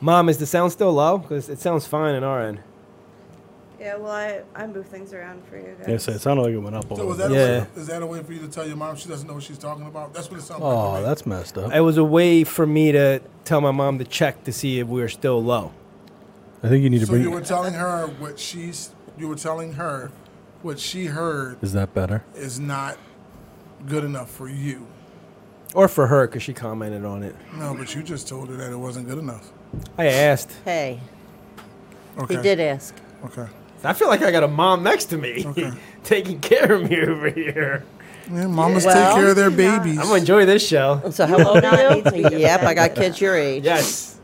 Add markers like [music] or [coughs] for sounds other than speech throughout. Mom, is the sound still low? Because it sounds fine in our end. Yeah, well, I, I move things around for you guys. Yes, it sounded like it went up a So little is that bit. a Yeah. way, is that a way for you to tell your mom she doesn't know what she's talking about? That's what it sounds like. Oh, to me. that's messed up. It was a way for me to tell my mom to check to see if we were still low. I think you need to So you bring. were telling her what she's you were telling her what she heard Is that better? is not good enough for you. Or for her, because she commented on it. No, but you just told her that it wasn't good enough. I asked. Hey, Okay. he did ask. Okay. I feel like I got a mom next to me Okay. [laughs] taking care of me over here. Yeah, mamas Well, take care of their babies. I'm going to enjoy this show. So how old are not [laughs] need you? to Yep, I got kids your age. Yes.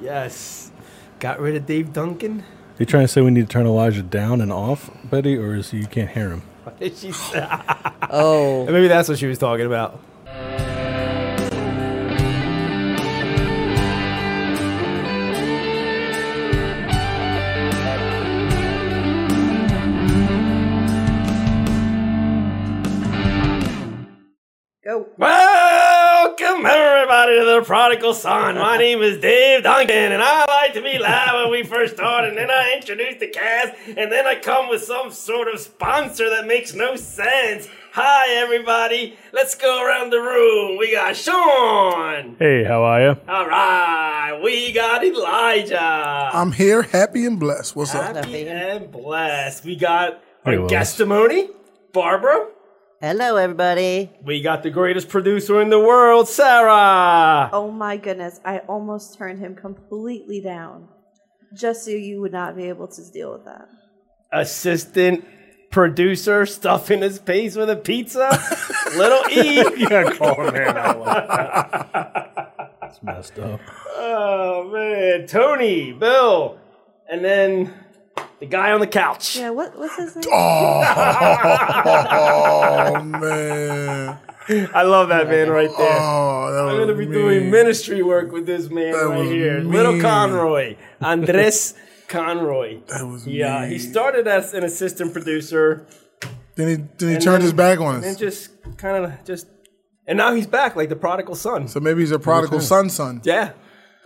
Yes. Got rid of Dave Duncan. you trying to say we need to turn Elijah down and off, Betty, or is you can't hear him? What did [laughs] she say? Oh, Maybe that's what she was talking about. Go. Welcome everybody to the Prodigal Son. [laughs] My name is Dave Duncan, and I like to be live when we first start, and then I introduce the cast, and then I come with some sort of sponsor that makes no sense. Hi everybody, let's go around the room. We got Sean. Hey, how are [laughs] you? All right, we got Elijah. I'm here, happy and blessed. What's up? Happy and blessed. We got our Hey, Willis. guestimony, Barbara. hello everybody. We got the greatest producer in the world, Sarah. Oh my goodness, I almost turned him completely down. Just so you would not be able to deal with that. assistant producer stuffing his face with a pizza. Little [laughs] E. Yeah, call him It's messed up. Oh man, Tony, Bill, and then the guy on the couch. Yeah, what what's his name? Ah. Oh man. I love that man right there. Oh, that I'm was gonna be mean. doing ministry work with this man That right was here, mean. Little Conroy, Andres Conroy. That was Yeah, mean. he started as an assistant producer, Then he then he then- turned his back on and us. just kind of just, and now he's back like the prodigal son. So maybe he's a prodigal son son. Yeah,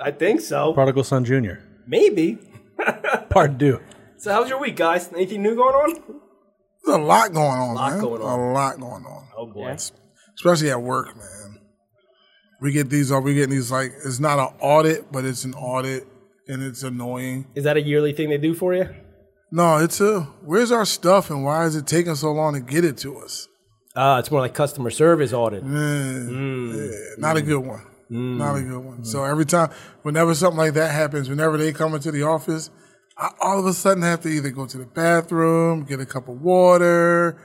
I think so. Prodigal Son Jr. Maybe. Part two. So how's your week, guys? Anything new going on? There's a lot going on, Lot man. going on. A lot going on. Oh boy. especially at work, man. We get these, uh, we getting these like it's not an audit, but it's an audit, and it's annoying. Is that a yearly thing they do for you? No, it's a where's our stuff, and why is it taking so long to get it to us? Uh, it's more like customer service audit. Yeah, not Mm. a good one. Not a good one. So every time, whenever something like that happens, whenever they come into the office, I all of a sudden have to either go to the bathroom, get a cup of water,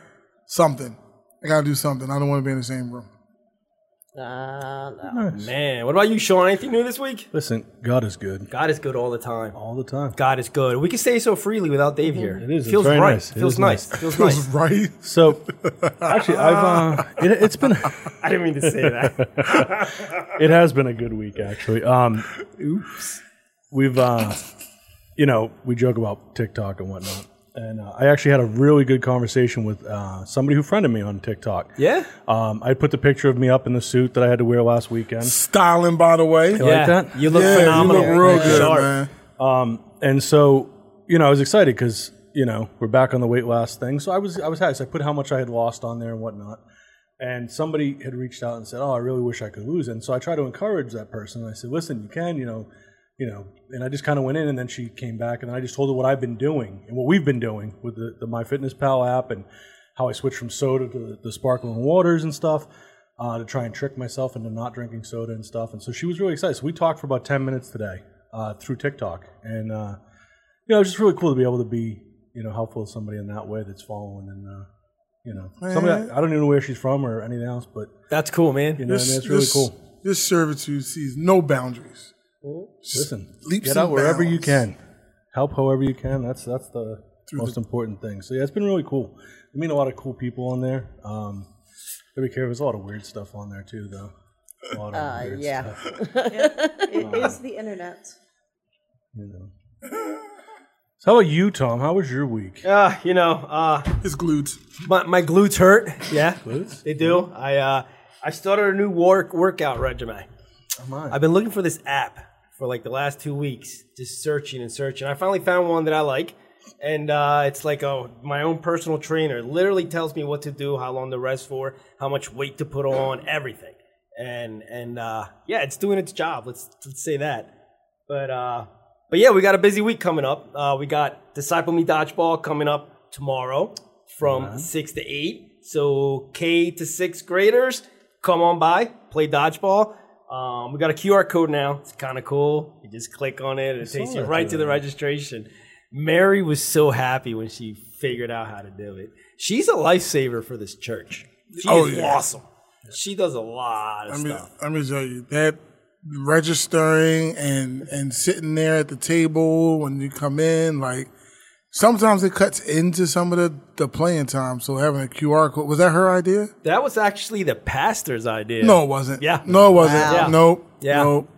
something. I gotta do something. I don't want to be in the same room. Uh, Man, what about you, Sean? Anything new this week? Listen, God is good God is good all the time. all the time. God is good. We can say so freely without Dave here. It is. It's Feels very right. nice. It Feels is nice. nice. Feels nice. [laughs] Right? So, actually, I've uh, it, it's been [laughs] [laughs] I didn't mean to say [laughs] that. it has been a good week actually. Um, we've uh, you know we joke about TikTok and whatnot, and uh, I actually had a really good conversation with uh, somebody who friended me on TikTok. yeah. Um, I put the picture of me up in the suit that I had to wear last weekend. Styling, by the way. like yeah. that? You look Yeah, phenomenal. You look real good, Sharp. man. and so you know I was excited because you know we're back on the weight loss thing. So I was I was happy. So I put how much I had lost on there and whatnot. And somebody had reached out and said, "Oh, I really wish I could lose." And so I tried to encourage that person. And I said, "Listen, you can, you know, you know." And I just kind of went in, and then she came back, and then I just told her what I've been doing and what we've been doing with the, the My Fitness Pal app and how I switched from soda to the, the sparkling waters and stuff uh, to try and trick myself into not drinking soda and stuff. And so she was really excited. So we talked for about 10 minutes today uh, through TikTok. And, uh, you know, it's just really cool to be able to be, you know, helpful to somebody in that way that's following. And, uh, you know, somebody, I don't even know where she's from or anything else, but, That's cool, man. you know, I mean, it's really cool. This servitude sees no boundaries. Listen, leaps get out and wherever you bounds. can. Help however you can. That's that's the most important thing. So, yeah, it's been really cool. I mean, a lot of cool people on there. Um, gotta be careful. There's a lot of weird stuff on there, too, though. A lot of uh, weird yeah. It is the internet. you know. So how about you, Tom? How was your week? Uh, you know, uh, It's glutes. my, my glutes hurt. [laughs] Yeah, they do. I uh, I started a new work workout regimen. Mine. I've been looking for this app for like the last two weeks, just searching and searching. I finally found one that I like, and uh, it's like a my own personal trainer. Literally tells me what to do, how long to rest for, how much weight to put on, everything. And and uh, yeah, it's doing its job. Let's let's say that. But uh, but yeah, we got a busy week coming up. Uh, we got Disciple Me Dodgeball coming up tomorrow from six to eight. So K to sixth graders, come on by, play dodgeball. Um, we got a QR code now. It's kind of cool. You just click on it, and it takes you that right to the registration. Mary was so happy when she figured out how to do it. She's a lifesaver for this church. She Oh, is yeah. awesome. She does a lot of Let me, stuff. let me tell you that registering and and sitting there at the table when you come in, like sometimes it cuts into some of the the playing time. So having a QR code was that her idea? That was actually the pastor's idea. No, it wasn't. Yeah. no, it wasn't. Wow. Yeah. Nope. Yeah. Nope.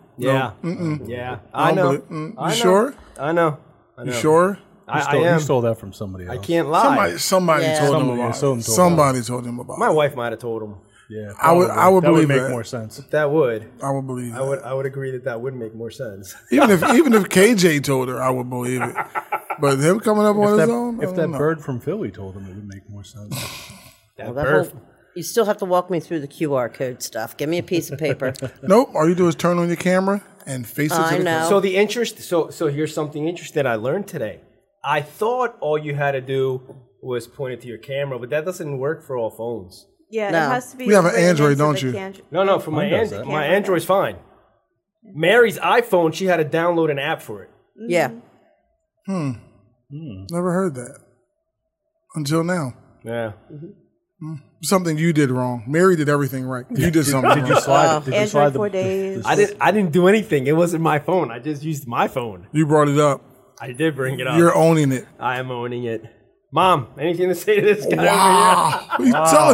Yeah. Yeah. I know. but- mm, I you know. sure? I know. I know. You sure? I, I Stole- am. He stole that from somebody I else. can't lie. Somebody, somebody Yeah. told him Somebody- about. someone it. told him. Somebody told him about. My it. wife might have told him. Yeah, I would- probably. I would that believe would make that. more sense. That would. I would believe. I would. I would agree that that would make more sense. it. Even if even if KJ told her, I would believe it. But him coming up on If his that, own, I if don't that know. bird from Philly told him, it would make more sense. That That birth. whole- you still have to walk me through the QR code stuff. Give me a piece of [laughs] paper. Nope. All you do is turn on your camera and face it. Oh, I to the know. So the interest. So so here's something interesting I learned today. I thought all you had to do was point it to your camera, but that doesn't work for all phones. Yeah, No. it has to be. You have an written Android, into don't the you? can- No, no. For my Mine does Android, that. my Camera. Android's fine. Mary's iPhone, she had to download an app for it. yeah. Never heard that until now. Yeah. Something you did wrong. Mary did everything right. You did something. Did you wrong. slide? it? Did you Oh, Android slide four the, days. I didn't. I didn't do anything. It wasn't my phone. I just used my phone. You brought it up. I did bring it up. You're owning it. I am owning it. Mom, anything to say to this guy over here? Wow.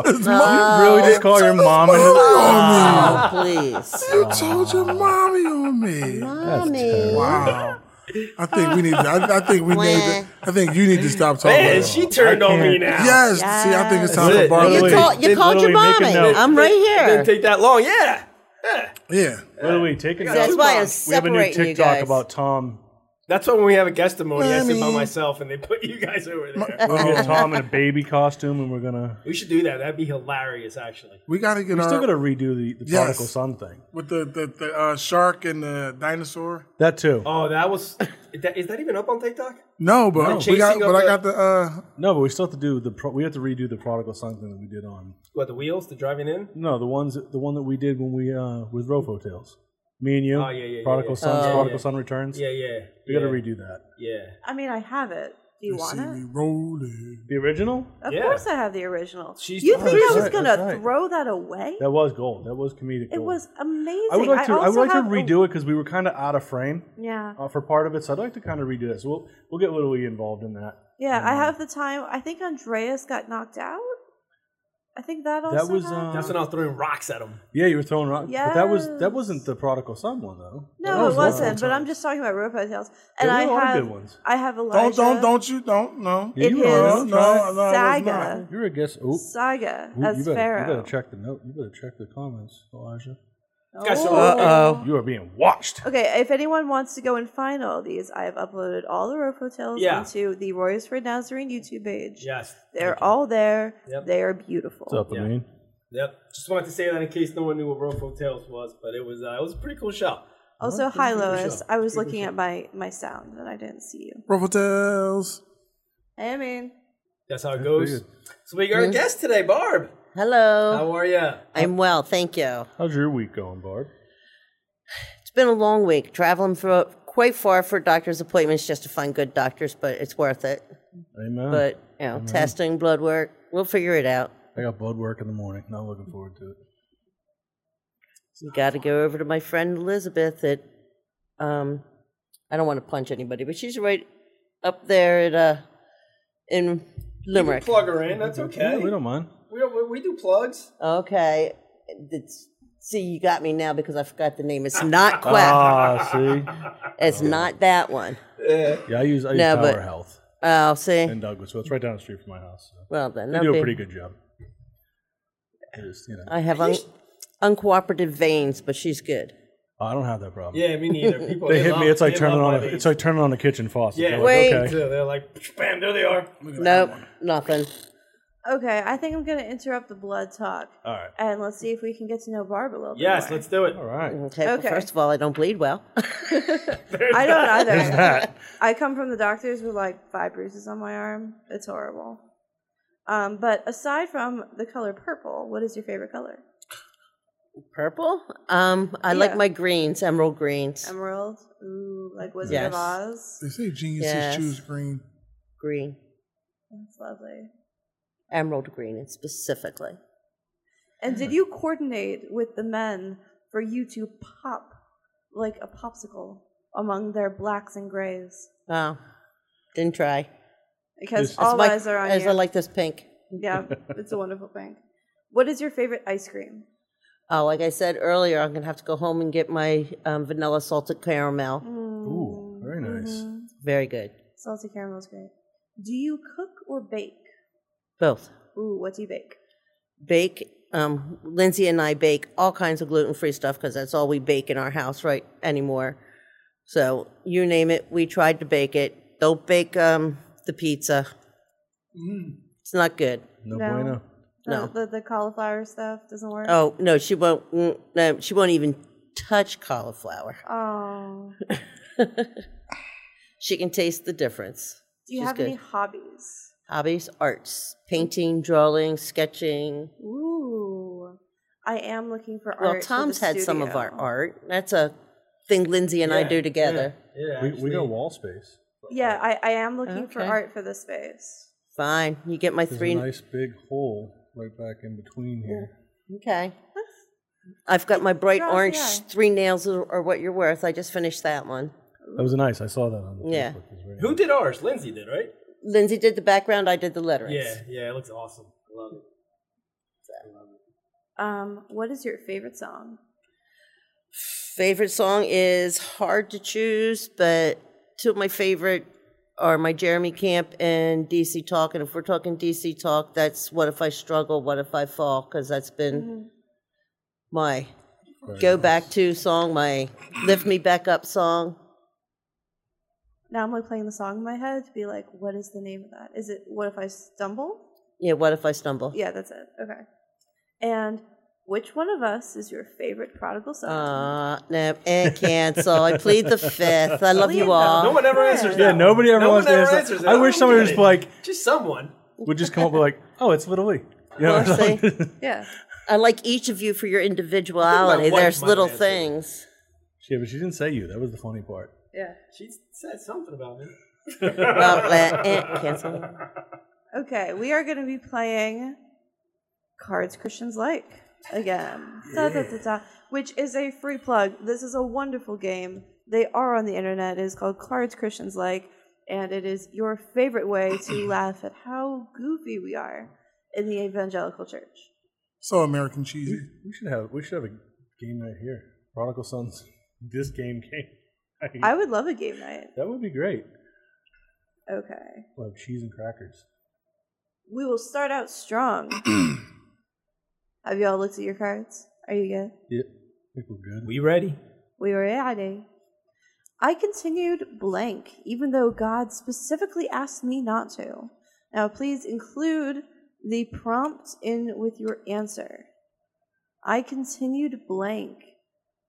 [laughs] You telling his mom? Ah. really Oh. just call your mom [laughs] and and Oh, please. You told your mommy on me. Mommy. Wow. I think we need. To, I, I think we need. To, I think you need to stop talking. Man, she turned on me now. yes. See, I think it's time Yes. for You, Barbara. Literally- call, you did called your literally make a mommy. note. I'm right It here. didn't take that long. Yeah. Yeah. What are we taking? That's out- why I was we have a new separating you TikTok guys. about Tom. That's why when we have a guestimony, I sit by Mommy. myself and they put you guys over there. We'll get Tom in a baby costume, and we're gonna. we should do that. That'd be hilarious, actually. We gotta get We're our still gonna redo the, the Yes. prodigal son thing. with the the, the uh, shark and the dinosaur. That too. Oh, that was. Is that, is that even up on TikTok? No, but we chasing got. But up I the- got the. Uh, No, but we still have to do the. Pro- we have to redo the prodigal son thing that we did on. What, the wheels, the driving in? No, the ones that- the one that we did when we uh with Rofo Tales. Me and you. Oh, yeah, yeah, yeah, Prodigal yeah. sons. Oh. prodigal Yeah. son returns. Yeah, yeah. We yeah, got to redo that. Yeah. I mean, I have it. Do you want see, we it? rolling. The original. Of Yeah. course, I have the original. She's you the- think That's I was right, gonna that's right. throw that away? That was gold. That was comedic. It gold. was amazing. I would like to. I, would also like to have a- redo it because we were kind of out of frame Yeah, uh, for part of it. So I'd like to kind of redo that. So we'll we'll get Little E involved in that. yeah. Uh-huh. I have the time. I think Andreas got knocked out. I think that also. that was. happened. Uh, That's when I was throwing rocks at them. yeah, you were throwing rocks. But that was that Yes. wasn't the prodigal son one though. no, That was it the one wasn't. time. But I'm just talking about Robo Tales, and were I a lot of have good ones. I have Elijah. Don't don't don't you don't no. Yeah, in you were his on. No, no, it was saga, You're a guest. Oh, saga ooh, as you better, Pharaoh. you better check the note. You better check the comments, Elijah. Guys, Oh. so- Uh-uh. Oh. You are being watched. Okay, if anyone wants to go and find all these, I have uploaded all the rope hotels Yeah. onto the Royals for Nazarene YouTube page. Yes. They're all there. Yep. They are beautiful. What's up, Yeah. Amin? Yep. Just wanted to say that in case no one knew what Rofo Tales was, but it was uh, it was a pretty cool shop. Also, hi Lois. yourself. I was looking at my my sound and I didn't see you. Ruffle tails. I mean, That's how it goes. pretty So we got a guest today, Barb. Hello. How are you? I'm well, thank you. How's your week going, Barb? It's been a long week traveling for quite far for doctor's appointments just to find good doctors, but it's worth it. Amen. But you know, testing, blood work, we'll figure it out. I got blood work in the morning. Not looking forward to it. You got to go over to my friend Elizabeth at, um, I don't want to punch anybody, but she's right up there at uh, in Limerick. Plug her in. That's okay. Yeah, we don't mind. We, we, we do plugs. Okay, it's, see, you got me now because I forgot the name. It's not Quack. Ah, Oh. see. it's not that one. Yeah, I use I use No, Tower but- Health Oh, see. in Douglas, so it's right down the street from my house. So. Well then, They that'd do be- a pretty good job. They just, you know. I have un- uncooperative veins, but she's good. Oh, I don't have that problem. Yeah, me [laughs] neither. People They hit love- me. It's like they turning love on. my A, leads. it's like turning on a kitchen faucet. Yeah. They're Wait. Like, okay. So they're like, bam, there they are. Nope, nothing. Okay, I think I'm going to interrupt the blood talk All right. and let's see if we can get to know Barb a little bit. Yes, more. let's do it. All right. Okay, well, Okay. first of all, I don't bleed well. I don't either. [laughs] That. I come from the doctors with like five bruises on my arm. It's horrible. Um, but aside from the color purple, what is your favorite color? Purple. Um, I like Yeah. my greens, emerald greens, Emerald? Ooh, like Wizard Yes. of Oz? They say geniuses Yes. choose green. green, That's lovely. emerald green, specifically. And did you coordinate with the men for you to pop like a popsicle among their blacks and grays? Oh, didn't try. Because It's all Like- eyes are on as you. I like this pink. [laughs] yeah, it's a wonderful thing. What is your favorite ice cream? Oh, like I said earlier, I'm gonna have to go home and get my um, vanilla salted caramel. Mm. Ooh, very nice. Mm-hmm. Very good. Salty caramel is great. Do you cook or bake? Both Ooh, what do you bake? bake. Um, Lindsay and I bake all kinds of gluten free stuff because that's all we bake in our house right anymore. So you name it, we tried to bake it. Don't bake um, the pizza. It's not good. No, No. bueno. The, No. The, the cauliflower stuff doesn't work? Oh no, she won't. mm, No, she won't even touch cauliflower. Oh. [laughs] She can taste the difference. Do you She's have any good. hobbies? Hobbies, arts, painting, drawing, sketching. Ooh. I am looking for Well, art. for the Tom's had some of our studio. art. That's a thing Lindsay and I Yeah, do together. Yeah. We, we actually. got wall space. Yeah, I, I am looking for Okay. art for the space. Fine, you get my There's three. a nice big hole right back in between here. Okay. I've got my bright Draws the orange eye. three nails are, are what you're worth. I just finished that one. That was nice. I saw that on the Yeah. Facebook. It was very Who did ours? Lindsay did, right? Lindsay did the background. I did the letterings. Yeah, yeah, it looks awesome. I love it. Um, what is your favorite song? Favorite song is hard to choose, but two of my favorite are my Jeremy Camp and DC Talk. And if we're talking DC Talk, that's What If I Struggle, What If I Fall, because that's been my Very go nice. back to song, my lift me back up song. Now I'm like playing the song in my head to be like, what is the name of that? Is it What If I Stumble? Yeah, What If I Stumble? Yeah, that's it. Okay. And which one of us is your favorite prodigal son? Uh, no, and cancel. I plead the fifth. I love Plead you the- [laughs] all. No one ever answers that. Yeah, one. nobody ever no wants one ever to answer- answers that. I wish don't somebody get was it. like- just someone. Would just come up with like, oh, it's Little Lee. You know, Well, see, yeah. I like each of you for your individuality. wife There's might little answer. things. [laughs] yeah, but she didn't say you. That was the funny part. Yeah. She said something about me. Well, uh, eh, cancel. Okay, we are going to be playing Cards Christians Like again. Da, da, da, da, which is a free plug. This is a wonderful game. They are on the internet. It is called Cards Christians Like, and it is your favorite way to laugh at how goofy we are in the evangelical church. So American cheesy. We should have we should have a game right here. Prodigal Sons. [laughs] This game [laughs] game. I would love a game night. that would be great. Okay. We'll have cheese and crackers. We will start out strong. Have you all looked at your cards? Are you good? Yeah, I think we're good. We ready? We were ready. I continued blank, even though God specifically asked me not to. Now, please include the prompt in with your answer. I continued blank,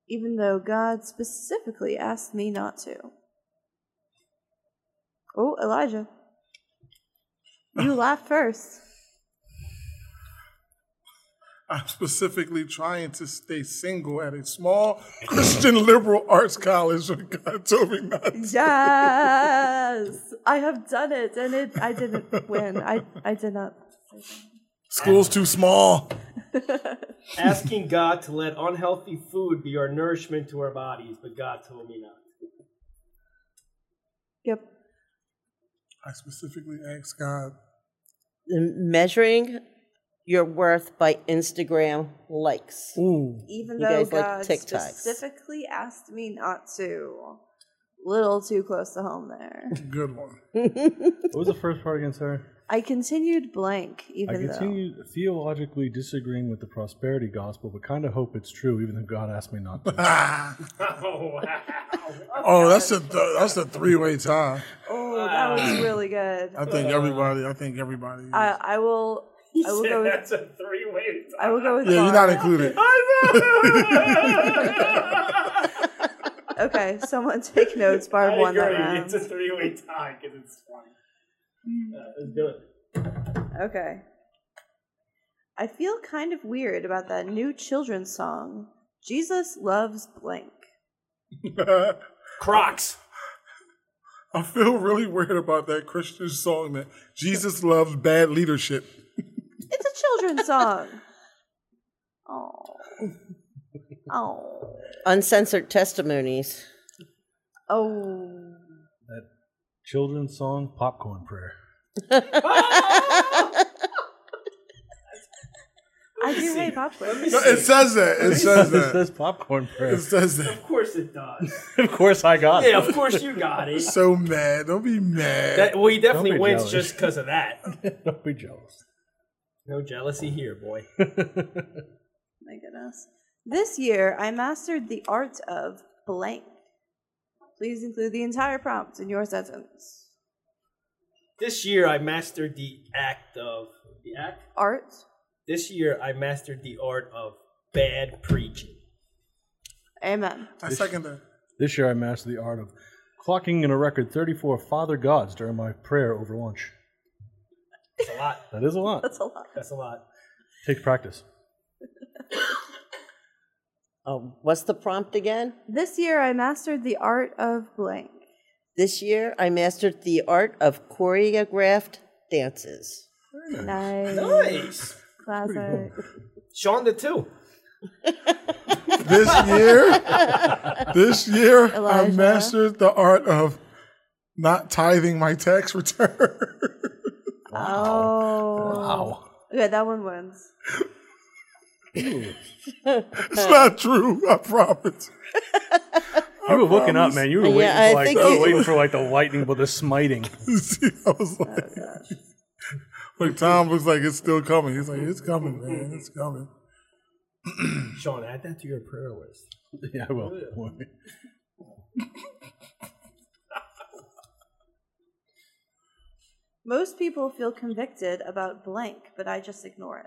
even though God specifically asked me not to. Oh, Elijah. You laughed first. I'm specifically trying to stay single at a small [laughs] Christian liberal arts college when God told me not to. Yes! I have done it, and it, I didn't win. I, I did not. School's too small. Asking God to let unhealthy food be our nourishment to our bodies, but God told me not. Yep. I specifically asked God. Measuring your worth by Instagram likes. Ooh. even You though guys like God TikToks. specifically asked me not to. Little too close to home there. [laughs] Good one. [laughs] What was the first part again, sir? I continued blank, I even though. continue theologically disagreeing with the prosperity gospel, but kind of hope it's true, even though God asked me not to. Ah. [laughs] Oh, wow. Oh, that's a th- that's a three way tie. Oh, that was really good. I think everybody. I think everybody. is. I, I will. [laughs] I will go. With, That's a three-way I will [laughs] go with. yeah, you're not Laura. included. tie. Okay, someone take notes. I [laughs] Barb won that agree. It's a round. three-way tie because it's funny. Uh, let's do it. Okay. I feel kind of weird about that new children's song. Jesus loves blank. Crocs. [laughs] I feel really weird about that Christian song that Jesus loves bad leadership. It's a children's song. Oh. Oh. Uncensored [laughs] testimonies. Oh. that children's song, Popcorn Prayer. I do hate popcorn. No, it says that. [laughs] It says It that. says Popcorn It Prayer. says that. Of course it does. [laughs] of course, I [laughs] got yeah, it. of course you got it. [laughs] So mad. Don't be mad. That, well, he definitely Don't be wins jealous. just because of that. Don't be jealous. No jealousy here, boy. [laughs] Oh My goodness. This year, I mastered the art of blank. Please include the entire prompt in your sentence. This year I mastered the act of the act. Art. This year I mastered the art of bad preaching. Amen. I second that. This year, I mastered the art of clocking in a record 34 Father Gods during my prayer over lunch. That's a lot. That is a lot. That's a lot. That's a lot. Take practice. Oh, what's the prompt again? This year, I mastered the art of [laughs] blank. This year, I mastered the art of choreographed dances. Nice. Nice. Classic. Sean did too. This year, this year, I Elijah. mastered the art of not tithing my tax return. [laughs] Oh. Wow. Okay, that one wins. it's not true. I promise. You were looking up, man. You were Yeah, waiting I for like think you were it- [laughs] waiting for like the lightning, but the smiting. [laughs] See, [laughs] I was like, [laughs] like Tom looks like it's still coming. He's like, it's coming, man. It's coming. Sean, add that to your prayer list. Yeah, well, Most people feel convicted about blank, but I just ignore it.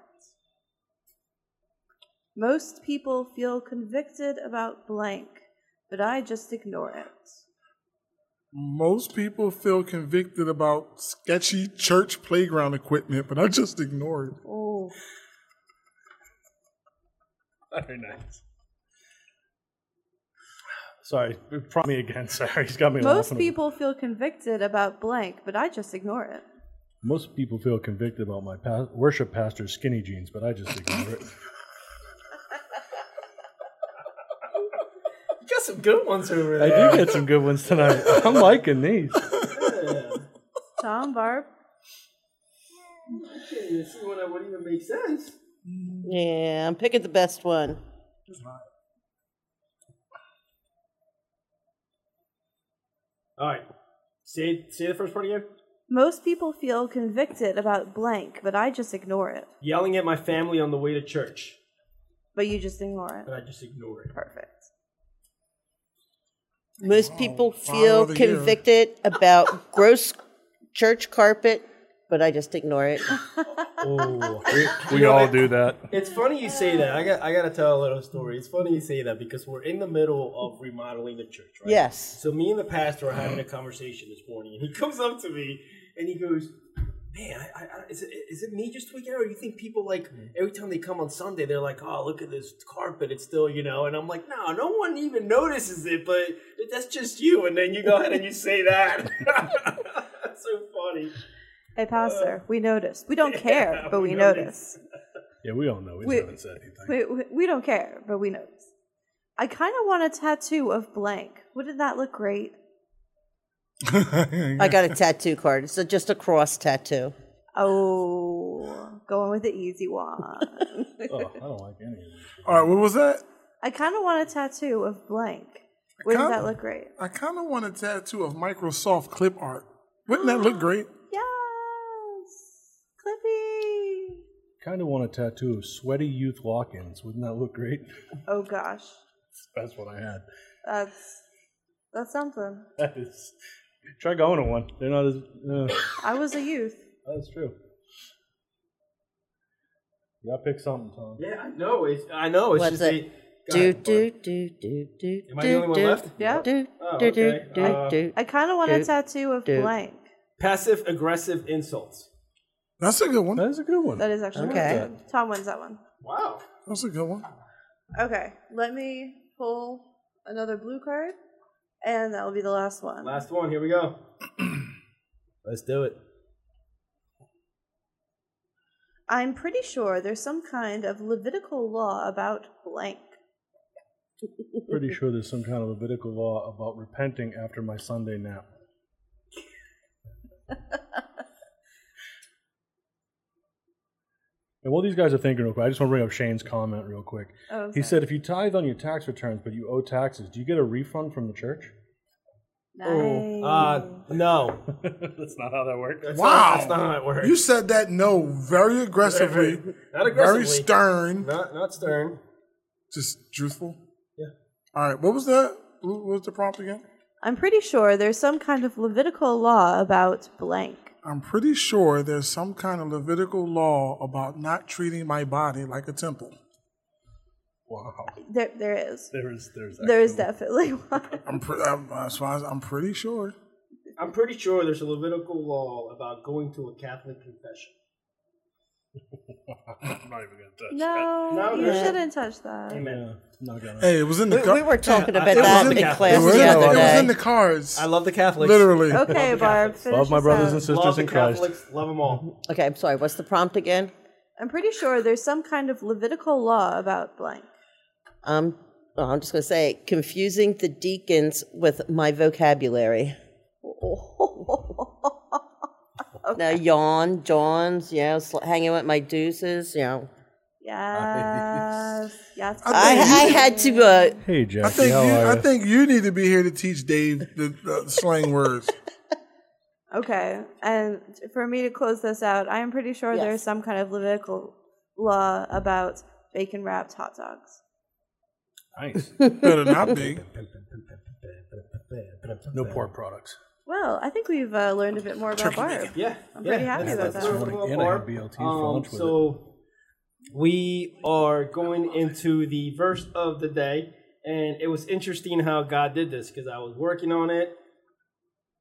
Most people feel convicted about blank, but I just ignore it. Most people feel convicted about sketchy church playground equipment, but I just ignore it. Oh, [laughs] very nice. Sorry, prompt me again. [laughs] Sorry, he's got me most laughing. people feel convicted about blank, but I just ignore it. Most people feel convicted about my pa- worship pastor's skinny jeans, but I just ignore it. You got some good ones over [laughs] I there. do get some good ones tonight. [laughs] I'm liking these. Tom, Barb, This is one that wouldn't even make sense. Yeah, I'm picking the best one. All right. Say say the first part again. most people feel convicted about blank, but I just ignore it. Yelling at my family on the way to church, But you just ignore but it. I just ignore it. Perfect. Most people Father feel of the year. convicted [laughs] about gross church carpet, but I just [laughs] ignore it. Oh, we, we all do that. It's funny you say that. I got I gotta tell a little story. It's funny you say that because we're in the middle of remodeling the church, right? Yes. So me and the pastor are having a conversation this morning, and he comes up to me and he goes, "Man, I, I, I- is, it, is it me just tweaking, out, or you think people like every time they come on Sunday, they're like, oh, look at this carpet, it's still, you know?" And I'm like, "No, no one even notices it, but that's just you." And then you go ahead and you say that. [laughs] that's so funny. Hey, Pastor, we notice. We don't care, but we, we notice. Yeah, we all know. We, We- haven't said anything. We, we, we don't care, but we notice. I kind of want a tattoo of blank. Wouldn't that look great? [laughs] I got a tattoo card. It's a, just a cross tattoo. Oh, going with the easy [laughs] one. oh, I don't like any of these. All right, what was that? I kind of want a tattoo of blank. Wouldn't kinda- that look great? I kind of want a tattoo of Microsoft clip art. Wouldn't that look great? Yes. Clippy. Kind of want a tattoo of sweaty youth lock-ins. Wouldn't that look great? [laughs] Oh gosh, That's what I had. that's that's something. That is. Try going to one. They're not as. Uh, I was a youth. that's true. You gotta pick something, Tom. Yeah, I know. It's, I know. It's What's just it? a. Do do do do do. Am I the only one left? Yeah. Do Oh, do do okay. do Uh, do. I kind of want a Dude. tattoo of Dude. blank. Passive aggressive insults. That's a good one. That is a good one. That is actually Okay. Good. Tom wins that one. Wow. That's a good one. Okay, let me pull another blue card, and that will be the last one. Last one. Here we go. [clears throat] Let's do it. I'm pretty sure there's some kind of Levitical law about blank. Pretty sure there's some kind of Levitical law about repenting after my Sunday nap. and while these guys are thinking real quick, I just want to bring up Shane's comment real quick. Oh, He sorry. said, if you tithe on your tax returns but you owe taxes, do you get a refund from the church? Oh, nice. Uh, no. [laughs] That's not how that works. That's Wow. Not, that's not how it works. You said that no [laughs] very aggressively, not aggressively. very stern, Not, not stern. just truthful. Yeah. All right. What was that? What was the prompt again? I'm pretty sure there's some kind of Levitical law about blank. I'm pretty sure there's some kind of Levitical law about not treating my body like a temple. Wow. There, there is. There is, there's [laughs] that. There is definitely [laughs] one. I'm, pre- I'm that's why I- I'm pretty sure. I'm pretty sure there's a Levitical law about going to a Catholic confession. I'm not even going to touch No, No, you no. shouldn't touch that. Yeah, not gonna. Hey, it was in the. We, car- we were talking Yeah, about it that was in in- class It was, the in, other it was day. Oh. in the cards. I love the Catholics. literally. Okay, Barb. Catholics. finish Love my this brothers out. and sisters Love the in Christ. Catholics. Love them all. Okay, I'm sorry. What's the prompt again? I'm pretty sure there's some kind of Levitical law about [laughs] blank. [laughs] Um, oh, I'm just going to say confusing the deacons with my vocabulary. Now yawn, Johns, you know, sl- hanging with my deuces, you know. Yes. Yes. I, I think you- had to. Uh, Hey, I Jackie, think how you, are I you? think you need to be here to teach Dave the, the slang words. Okay. And for me to close this out, I am pretty sure Yes. there's some kind of Levitical law about bacon wrapped hot dogs. Nice. Better not be. [laughs] No pork products. Well, I think we've uh, learned a bit more about Barb. Yeah. I'm yeah, pretty happy that's- about that's that. what we're And I for. had BLTs for lunch with so we are going into the verse of the day, and it was interesting how God did this because I was working on it,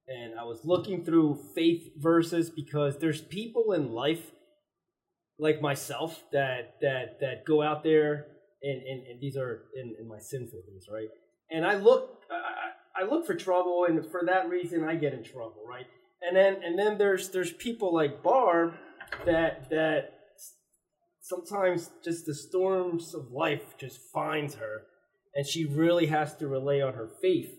and I was looking through faith verses because there's people in life like myself that that that go out there and and, and these are in, in my sinful things, right? And I look I, I- I look for trouble, and for that reason I get in trouble, right? And then and then there's there's people like Barb that that sometimes just the storms of life just finds her, and she really has to rely on her faith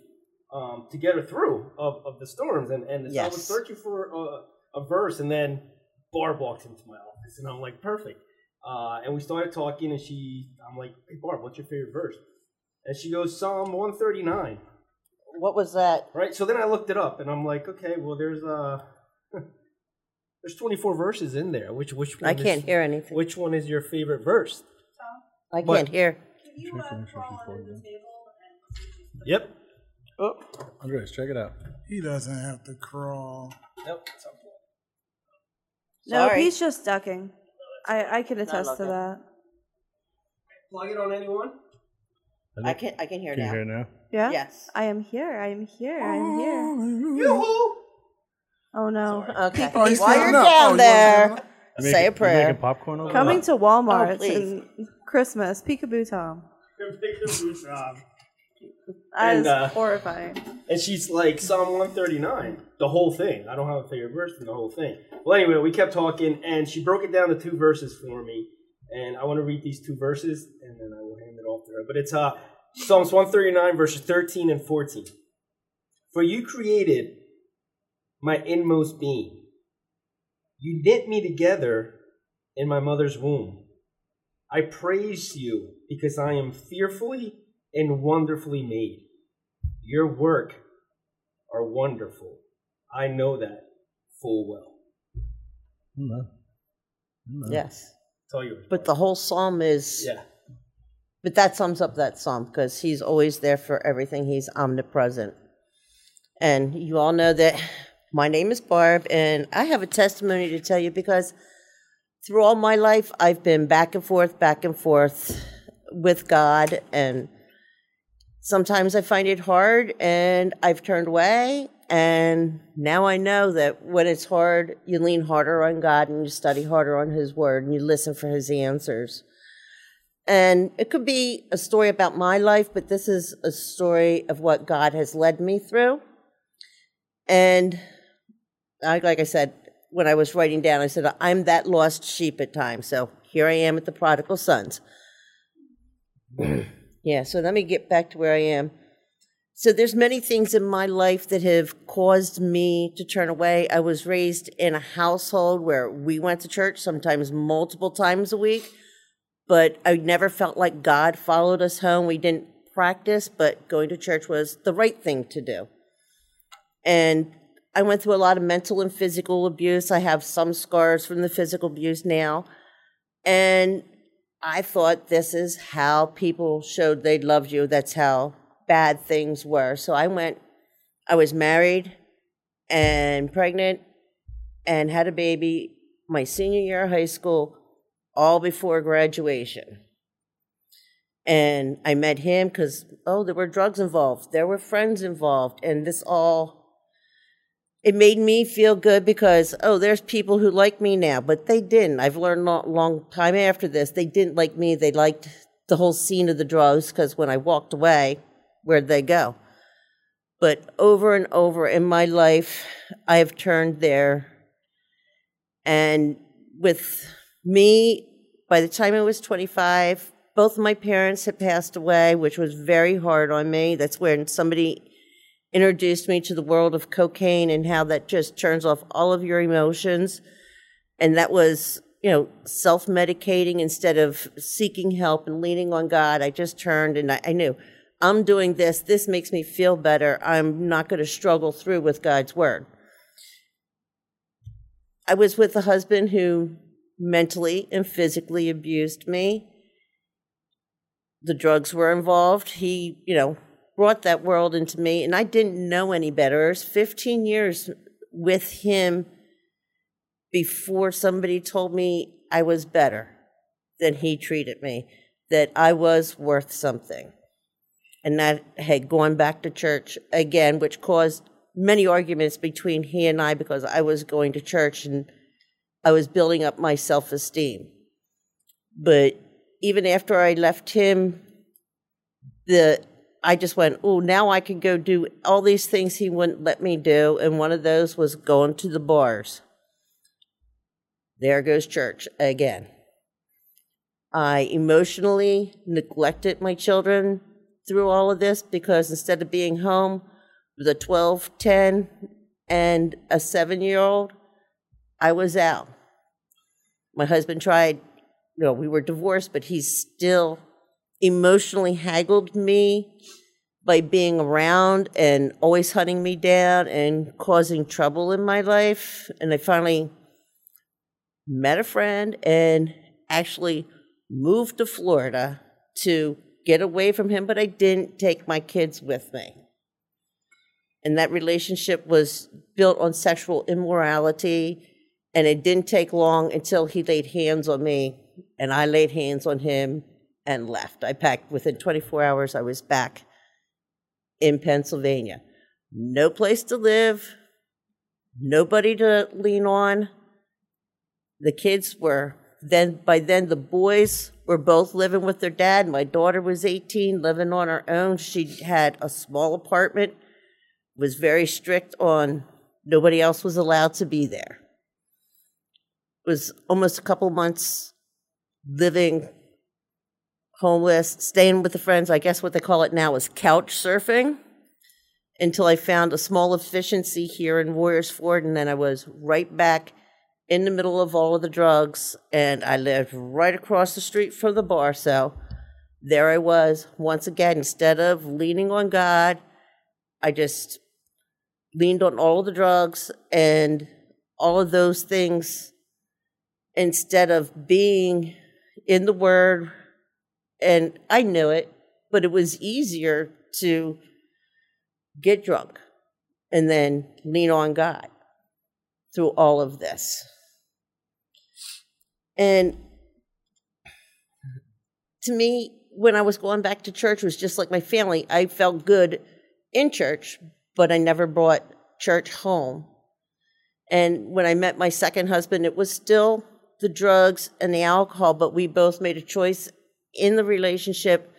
um, to get her through of, of the storms. And and so I was Yes. searching for a, a verse, and then Barb walks into my office, and I'm like, perfect. Uh, and we started talking, and she, I'm like, hey Barb, what's your favorite verse? And she goes Psalm 139. what was that? Right. So then I looked it up, and I'm like, okay, well, there's uh, [laughs] there's 24 verses in there. Which which one I can't is, hear anything. Which one is your favorite verse? I what? can't hear. Yep. Andres, check it out. He doesn't have to crawl. Nope. it's up there. No, Sorry. he's just ducking. I, I can attest to okay. that. Plug it on anyone. I can. I can hear Can you now. hear now? Yeah? Yes. Oh. I am here. I am here. I am here. [laughs] Oh no. Okay. Oh, he's While you're standing up. Oh, down you there, want You say a making- you prayer. Making popcorn over Uh, Coming to Walmart Oh, please. in Christmas, peekaboo Tom. That is And, uh, horrifying. And she's like Psalm 139, the whole thing. I don't have a favorite verse in the whole thing. Well, anyway, we kept talking, and she broke it down to two verses for me, and I want to read these two verses, and then I will hand it off to her. But it's uh, Psalms 139, verses 13 and 14. For you created my inmost being. You knit me together in my mother's womb. I praise you because I am fearfully and wonderfully made. Your work are wonderful. I know that full well. Hmm, Yes. It's all yours. But the whole psalm is. Yeah. But that sums up that psalm because he's always there for everything. He's omnipresent. And you all know that my name is Barb, and I have a testimony to tell you because through all my life, I've been back and forth, back and forth with God. And sometimes I find it hard and I've turned away. And now I know that when it's hard, you lean harder on God and you study harder on His Word and you listen for His answers. And it could be a story about my life, but this is a story of what God has led me through. And I, like I said, when I was writing down, I said, I'm that lost sheep at times. So here I am at the prodigal sons. [clears throat] yeah, so let me get back to where I am. So there's many things in my life that have caused me to turn away. I was raised in a household where we went to church sometimes multiple times a week but I never felt like God followed us home. We didn't practice, but going to church was the right thing to do. And I went through a lot of mental and physical abuse. I have some scars from the physical abuse now. And I thought this is how people showed they loved you. That's how bad things were. So I went, I was married and pregnant and had a baby my senior year of high school, all before graduation. And I met him because, oh, there were drugs involved, there were friends involved, and this all. It made me feel good because, oh, there's people who like me now, but they didn't. I've learned a long time after this, they didn't like me. They liked the whole scene of the drugs because when I walked away, where'd they go? But over and over in my life, I have turned there and with me, by the time I was 25, both of my parents had passed away, which was very hard on me. That's when somebody introduced me to the world of cocaine and how that just turns off all of your emotions. And that was, you know, self medicating instead of seeking help and leaning on God. I just turned and I, I knew I'm doing this. This makes me feel better. I'm not going to struggle through with God's word. I was with a husband who mentally and physically abused me. The drugs were involved. He, you know, brought that world into me, and I didn't know any better. It was 15 years with him before somebody told me I was better than he treated me, that I was worth something. And I had gone back to church again, which caused many arguments between he and I because I was going to church and I was building up my self esteem. But even after I left him, the I just went, oh, now I can go do all these things he wouldn't let me do. And one of those was going to the bars. There goes church again. I emotionally neglected my children through all of this because instead of being home with a 12, 10, and a seven year old, I was out. My husband tried, you know, we were divorced, but he still emotionally haggled me by being around and always hunting me down and causing trouble in my life. And I finally met a friend and actually moved to Florida to get away from him, but I didn't take my kids with me and that relationship was built on sexual immorality and it didn't take long until he laid hands on me and i laid hands on him and left i packed within 24 hours i was back in pennsylvania no place to live nobody to lean on the kids were then by then the boys were both living with their dad my daughter was 18 living on her own she had a small apartment was very strict on nobody else was allowed to be there. It was almost a couple months living homeless, staying with the friends. I guess what they call it now is couch surfing until I found a small efficiency here in Warriors Ford. And then I was right back in the middle of all of the drugs. And I lived right across the street from the bar. So there I was once again, instead of leaning on God. I just leaned on all the drugs and all of those things instead of being in the word and I knew it, but it was easier to get drunk and then lean on God through all of this. And to me, when I was going back to church, it was just like my family. I felt good in church, but I never brought church home. And when I met my second husband, it was still the drugs and the alcohol, but we both made a choice in the relationship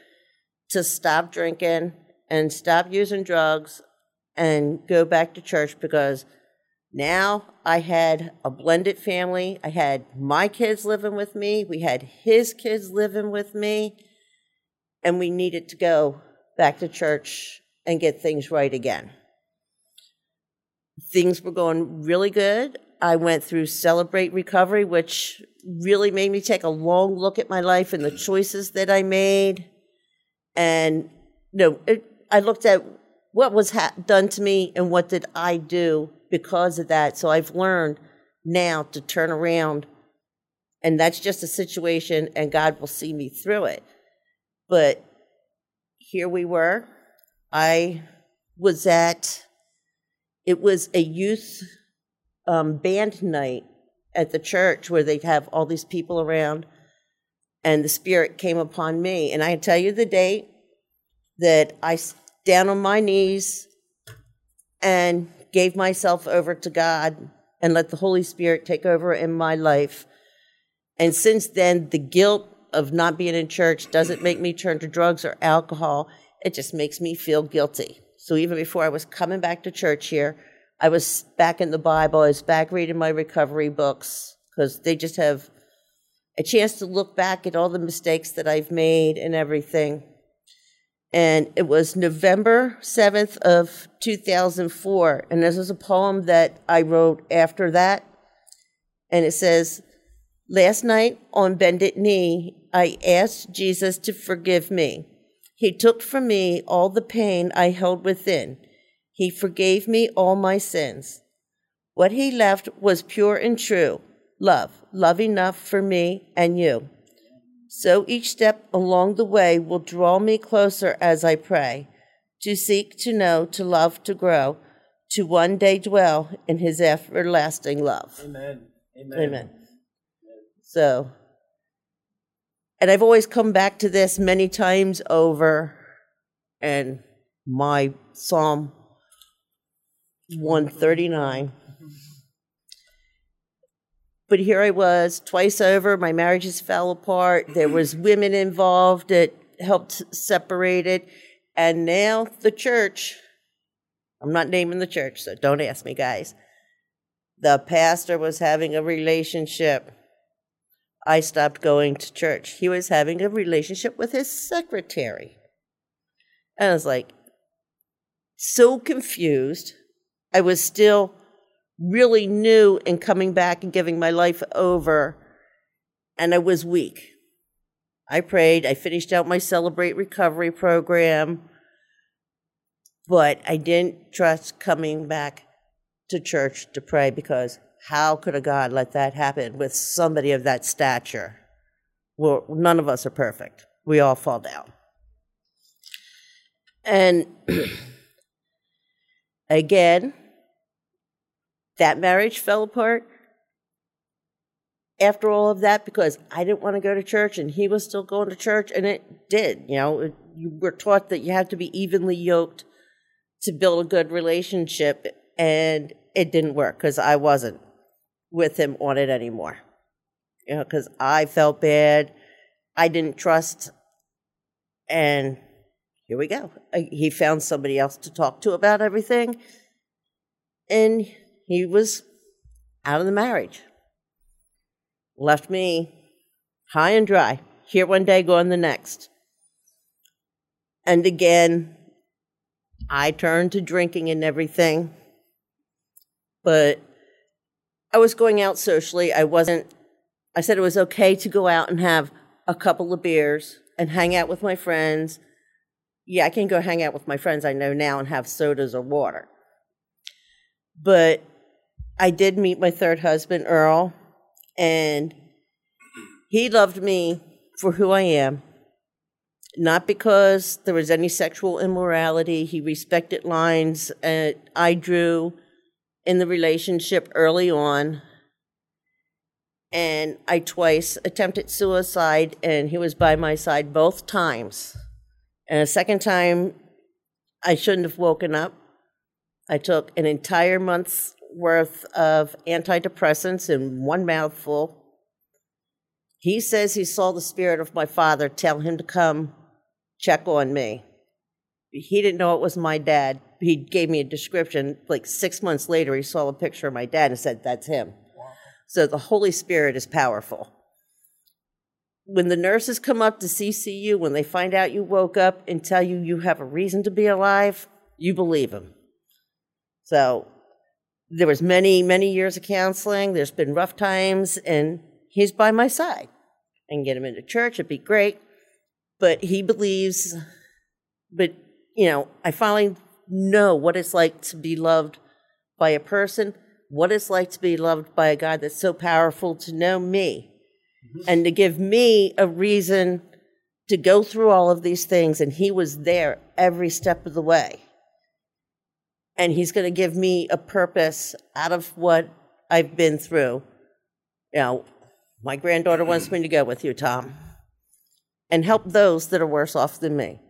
to stop drinking and stop using drugs and go back to church because now I had a blended family. I had my kids living with me, we had his kids living with me, and we needed to go back to church and get things right again. Things were going really good. I went through Celebrate Recovery, which really made me take a long look at my life and the choices that I made. And you know, it, I looked at what was ha- done to me and what did I do because of that. So I've learned now to turn around, and that's just a situation, and God will see me through it. But here we were. I was at. It was a youth um, band night at the church where they have all these people around, and the spirit came upon me. And I tell you the date that I s- down on my knees and gave myself over to God and let the Holy Spirit take over in my life. And since then, the guilt of not being in church doesn't make me turn to drugs or alcohol. It just makes me feel guilty. So even before I was coming back to church here, I was back in the Bible. I was back reading my recovery books because they just have a chance to look back at all the mistakes that I've made and everything. And it was November 7th of 2004. And this is a poem that I wrote after that. And it says, Last night on bended knee, I asked Jesus to forgive me. He took from me all the pain I held within. He forgave me all my sins. What he left was pure and true love, love enough for me and you. So each step along the way will draw me closer as I pray to seek, to know, to love, to grow, to one day dwell in his everlasting love. Amen. Amen. Amen. So, and I've always come back to this many times over, and my Psalm 139. But here I was, twice over, my marriages fell apart. There was women involved that helped separate it. And now the church, I'm not naming the church, so don't ask me, guys. The pastor was having a relationship. I stopped going to church. He was having a relationship with his secretary. And I was like, so confused. I was still really new in coming back and giving my life over, and I was weak. I prayed. I finished out my Celebrate Recovery program, but I didn't trust coming back to church to pray because how could a God let that happen with somebody of that stature? Well, none of us are perfect. We all fall down. And [clears throat] again, that marriage fell apart after all of that because I didn't want to go to church and he was still going to church, and it did. You know, it, you were taught that you have to be evenly yoked to build a good relationship and it didn't work because i wasn't with him on it anymore you know because i felt bad i didn't trust and here we go I, he found somebody else to talk to about everything and he was out of the marriage left me high and dry here one day gone the next and again I turned to drinking and everything. But I was going out socially. I wasn't, I said it was okay to go out and have a couple of beers and hang out with my friends. Yeah, I can go hang out with my friends I know now and have sodas or water. But I did meet my third husband, Earl, and He loved me for who I am, not because there was any sexual immorality. He respected lines uh, I drew in the relationship early on. And I twice attempted suicide, and he was by my side both times. And the second time, I shouldn't have woken up. I took an entire month's worth of antidepressants in one mouthful. He says he saw the spirit of my father tell him to come check on me. He didn't know it was my dad. He gave me a description. Like six months later, he saw a picture of my dad and said, That's him. So the Holy Spirit is powerful. When the nurses come up to CCU, when they find out you woke up and tell you you have a reason to be alive, you believe them. So there was many many years of counseling there's been rough times and he's by my side i can get him into church it'd be great but he believes but you know i finally know what it's like to be loved by a person what it's like to be loved by a god that's so powerful to know me and to give me a reason to go through all of these things and he was there every step of the way and he's going to give me a purpose out of what I've been through. You know, my granddaughter wants me to go with you, Tom, and help those that are worse off than me.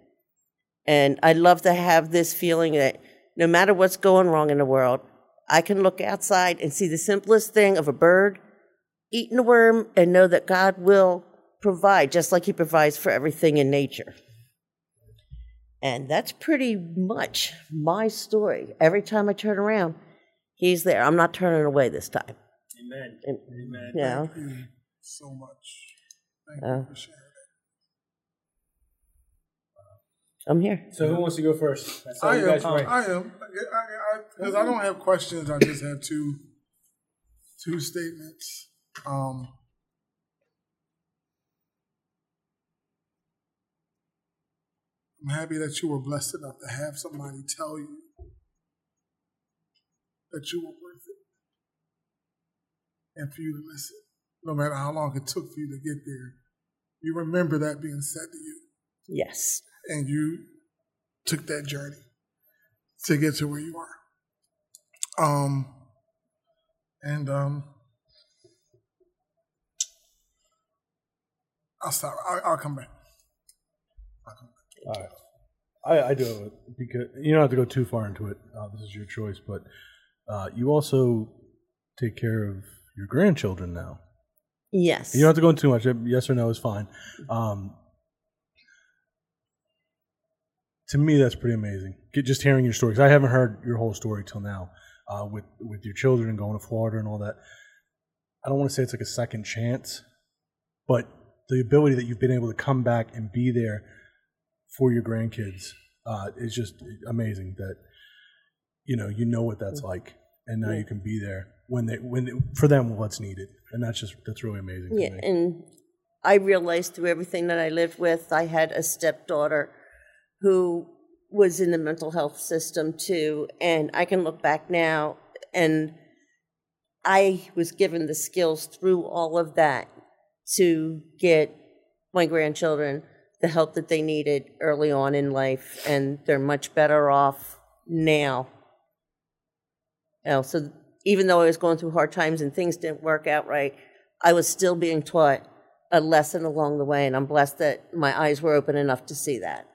And I love to have this feeling that no matter what's going wrong in the world, I can look outside and see the simplest thing of a bird eating a worm and know that God will provide, just like He provides for everything in nature. And that's pretty much my story. Every time I turn around, he's there. I'm not turning away this time. Amen. And, Amen. you know, you so much. Thank Uh, you for sharing. I'm here. So who wants to go first? That's I am. I am. Because I, I, don't have questions. I just have two two statements. Um, I'm happy that you were blessed enough to have somebody tell you that you were worth it and for you to listen, no matter how long it took for you to get there. You remember that being said to you, Yes. and you took that journey to get to where you are. Um, and um, I'll stop. I'll, I'll come back. All right. I, I do have it because you don't have to go too far into it. Uh, this is your choice, but uh, you also take care of your grandchildren now. Yes. You don't have to go into too much. Yes or no is fine. Um, to me, that's pretty amazing. Get, just hearing your story 'cause I haven't heard your whole story till now uh, with with your children and going to Florida and all that. I don't want to say it's like a second chance, but the ability that you've been able to come back and be there for your grandkids uh, is just amazing. That you know you know what Mm. that's like, and now you can be there when they when they- for them what's needed, and that's just that's really amazing. to Yeah, me. and I realized through everything that I lived with, I had a stepdaughter who was in the mental health system too, and I can look back now and I was given the skills through all of that to get my grandchildren the help that they needed early on in life, and they're much better off now you know, so even though I was going through hard times and things didn't work out right, I was still being taught a lesson along the way, and I'm blessed that my eyes were open enough to see that.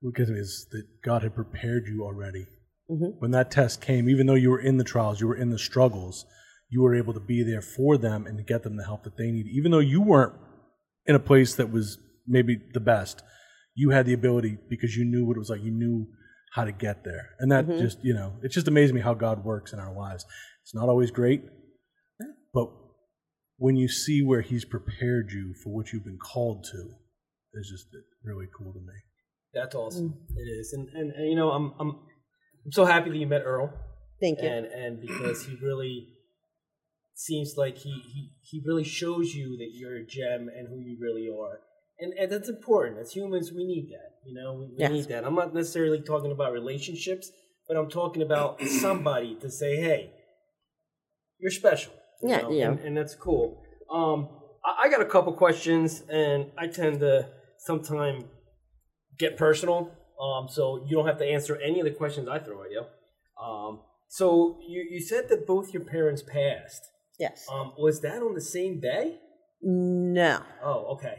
what gets me is that God had prepared you already. Mhm. When that test came, even though you were in the trials, you were in the struggles, you were able to be there for them and to get them the help that they need. Even though you weren't in a place that was maybe the best, you had the ability because you knew what it was like. You knew how to get there. And that just, you know, it just amazes me how God works in our lives. It's not always great, but when you see where He's prepared you for what you've been called to, it's just really cool to me. That's awesome. It is, and, and and you know, I'm I'm I'm so happy that you met Earl, Thank you. and and because he really seems like he he he really shows you that you're a gem and who you really are, and and that's important. As humans, we need that. You know, we, we Yes. need that. I'm not necessarily talking about relationships, but I'm talking about somebody to say, hey, you're special. you Yeah, know, yeah. and, and that's cool. Um, I, I got a couple questions, and I tend to sometimes get personal. Um, so you don't have to answer any of the questions I throw at you. Um, so you, you said that both your parents passed. Yes. Um, was that on the same day? No. Oh, okay.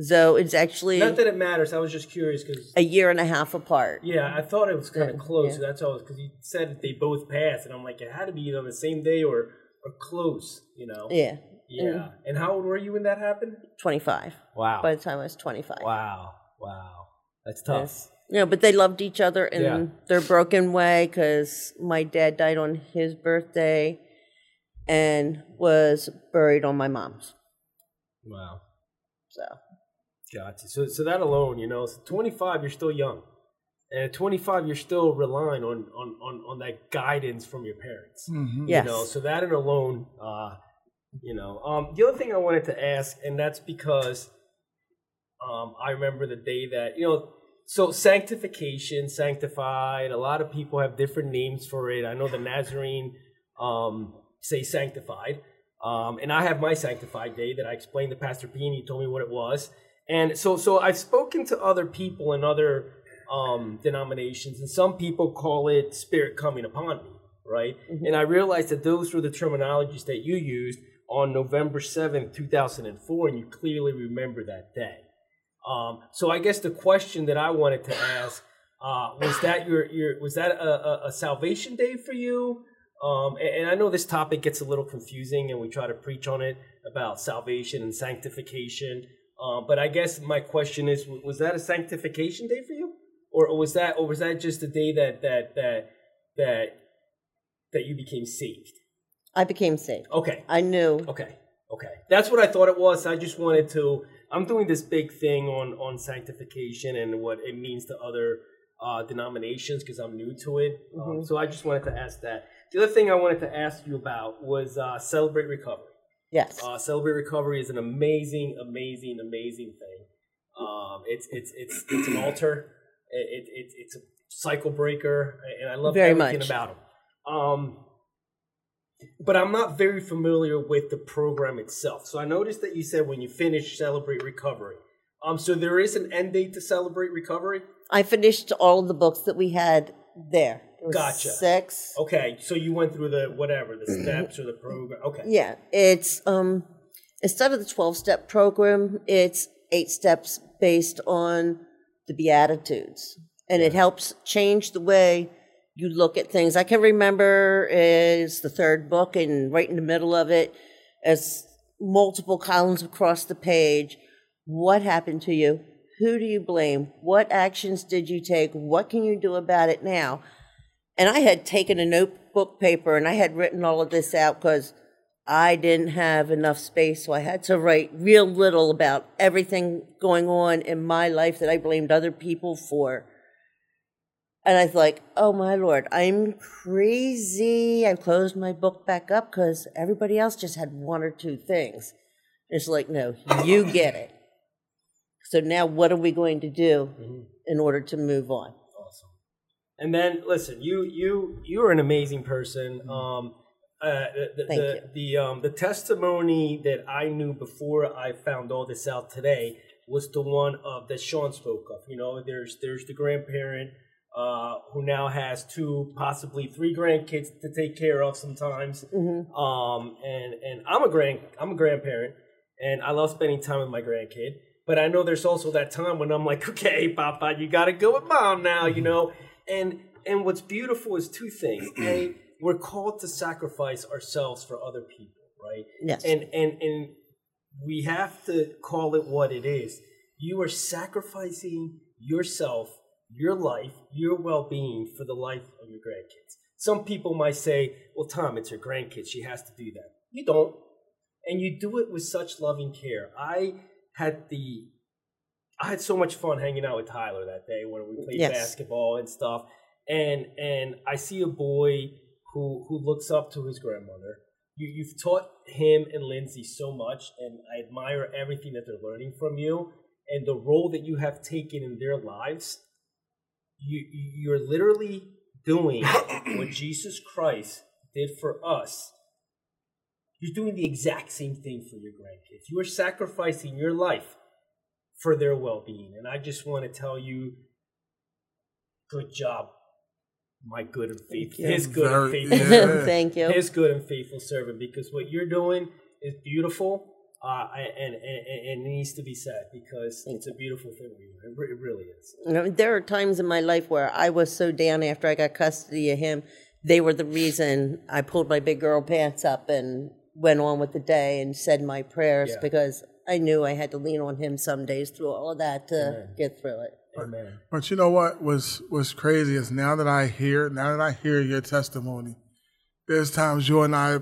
So it's actually Not that it matters. I was just curious because a year and a half apart. yeah, I thought it was kind of Yeah, close. yeah. That's all. Because you said that they both passed, and I'm like, it had to be either on the same day or or close. You know. Yeah. Yeah. And how old were you when that happened? 25. Wow. By the time I was 25. wow. Wow. That's tough. Yes. You know, but they loved each other in Yeah. their broken way because my dad died on his birthday and was buried on my mom's. Wow. So, Gotcha. So, so that alone, you know, so 25, you're still young. And at 25, you're still relying on, on, on, on that guidance from your parents. Mhm. yes. You know, so that and alone, uh, you know. Um, the other thing I wanted to ask, and that's because um, I remember the day that, you know, so sanctification, sanctified, a lot of people have different names for it. I know the Nazarene um, say sanctified. Um, and I have my sanctified day that I explained to Pastor P, and he told me what it was. And so, so I've spoken to other people in other um, denominations, and some people call it spirit coming upon me, right? And I realized that those were the terminologies that you used on November seventh, two thousand and four, and you clearly remember that day. Um, so I guess the question that I wanted to ask uh, was that your, your was that a, a, a salvation day for you? Um, and, and I know this topic gets a little confusing, and we try to preach on it about salvation and sanctification. Uh, but I guess my question is: w- Was that a sanctification day for you, or, or was that, or was that just a day that that that that that you became saved? I became saved. Okay, I knew. Okay. Okay. That's what I thought it was. I just wanted to. I'm doing this big thing on on sanctification and what it means to other uh, denominations because I'm new to it. Um, so I just wanted to ask that. The other thing I wanted to ask you about was uh, celebrate recovery. Yes. Uh, Celebrate Recovery is an amazing, amazing, amazing thing. Um, it's it's it's it's an altar. It, it, it's it's a cycle breaker, and I love Very everything much. about it. Um, but I'm not very familiar with the program itself. So I noticed that you said when you finish Celebrate Recovery. Um, so there is an end date to Celebrate Recovery. I finished all the books that we had there. It was Gotcha. Six. Okay, so you went through the whatever Mm-hmm. the steps or the program. Okay, Yeah, it's um instead of the 12-step program, it's eight steps based on the beatitudes. And it helps change the way you look at things. I can remember it's the third book and right in the middle of it as multiple columns across the page what happened to you? Who do you blame? What actions did you take? What can you do about it now? And I had taken a notebook paper and I had written all of this out because I didn't have enough space. So I had to write real little about everything going on in my life that I blamed other people for. And I was like, oh my Lord, I'm crazy. I closed my book back up because everybody else just had one or two things. It's like, no, you get it. So now what are we going to do in order to move on? awesome. And then listen, you you you are an amazing person. Um, uh, the, Thank the, the um the testimony that I knew before I found all this out today was the one of that Sean spoke of. You know, there's there's the grandparent uh, who now has two, possibly three grandkids to take care of sometimes. Um, and and I'm a grand I'm a grandparent, and I love spending time with my grandkid. But I know there's also that time when I'm like, [laughs] okay, Papa, you gotta go with mom now, you know. And and what's beautiful is two things. A, we're called to sacrifice ourselves for other people, right? Yes. [laughs] And and and we have to call it what it is. You are sacrificing yourself, your life, your well being for the life of your grandkids. Some people might say, well, Tom, it's your grandkids. She has to do that. You don't. And you do it with such loving care. I had the. I had so much fun hanging out with Tyler that day when we played Yes. basketball and stuff. And and I see a boy who who looks up to his grandmother you, you've taught him and Lindsay so much, and I admire everything that they're learning from you and the role that you have taken in their lives. You, you- you're literally doing what Jesus Christ did for us. You're doing the exact same thing for your grandkids. You are sacrificing your life for their well being. And I just want to tell you good job, my good and faithful. you. His good and Very- faithful. Yeah. Thank you. His good and faithful servant, because what you're doing is beautiful, uh, and, and, and and it needs to be said because it's a beautiful thing. we're doing. It, re- it really is. You know, there are times in my life where I was so down after I got custody of him. They were the reason I pulled my big girl pants up and went on with the day and said my prayers Yeah. because I knew I had to lean on him some days through all of that to get through it. Amen. But you know what was was crazy is now that I hear now that I hear your testimony, there's times you and I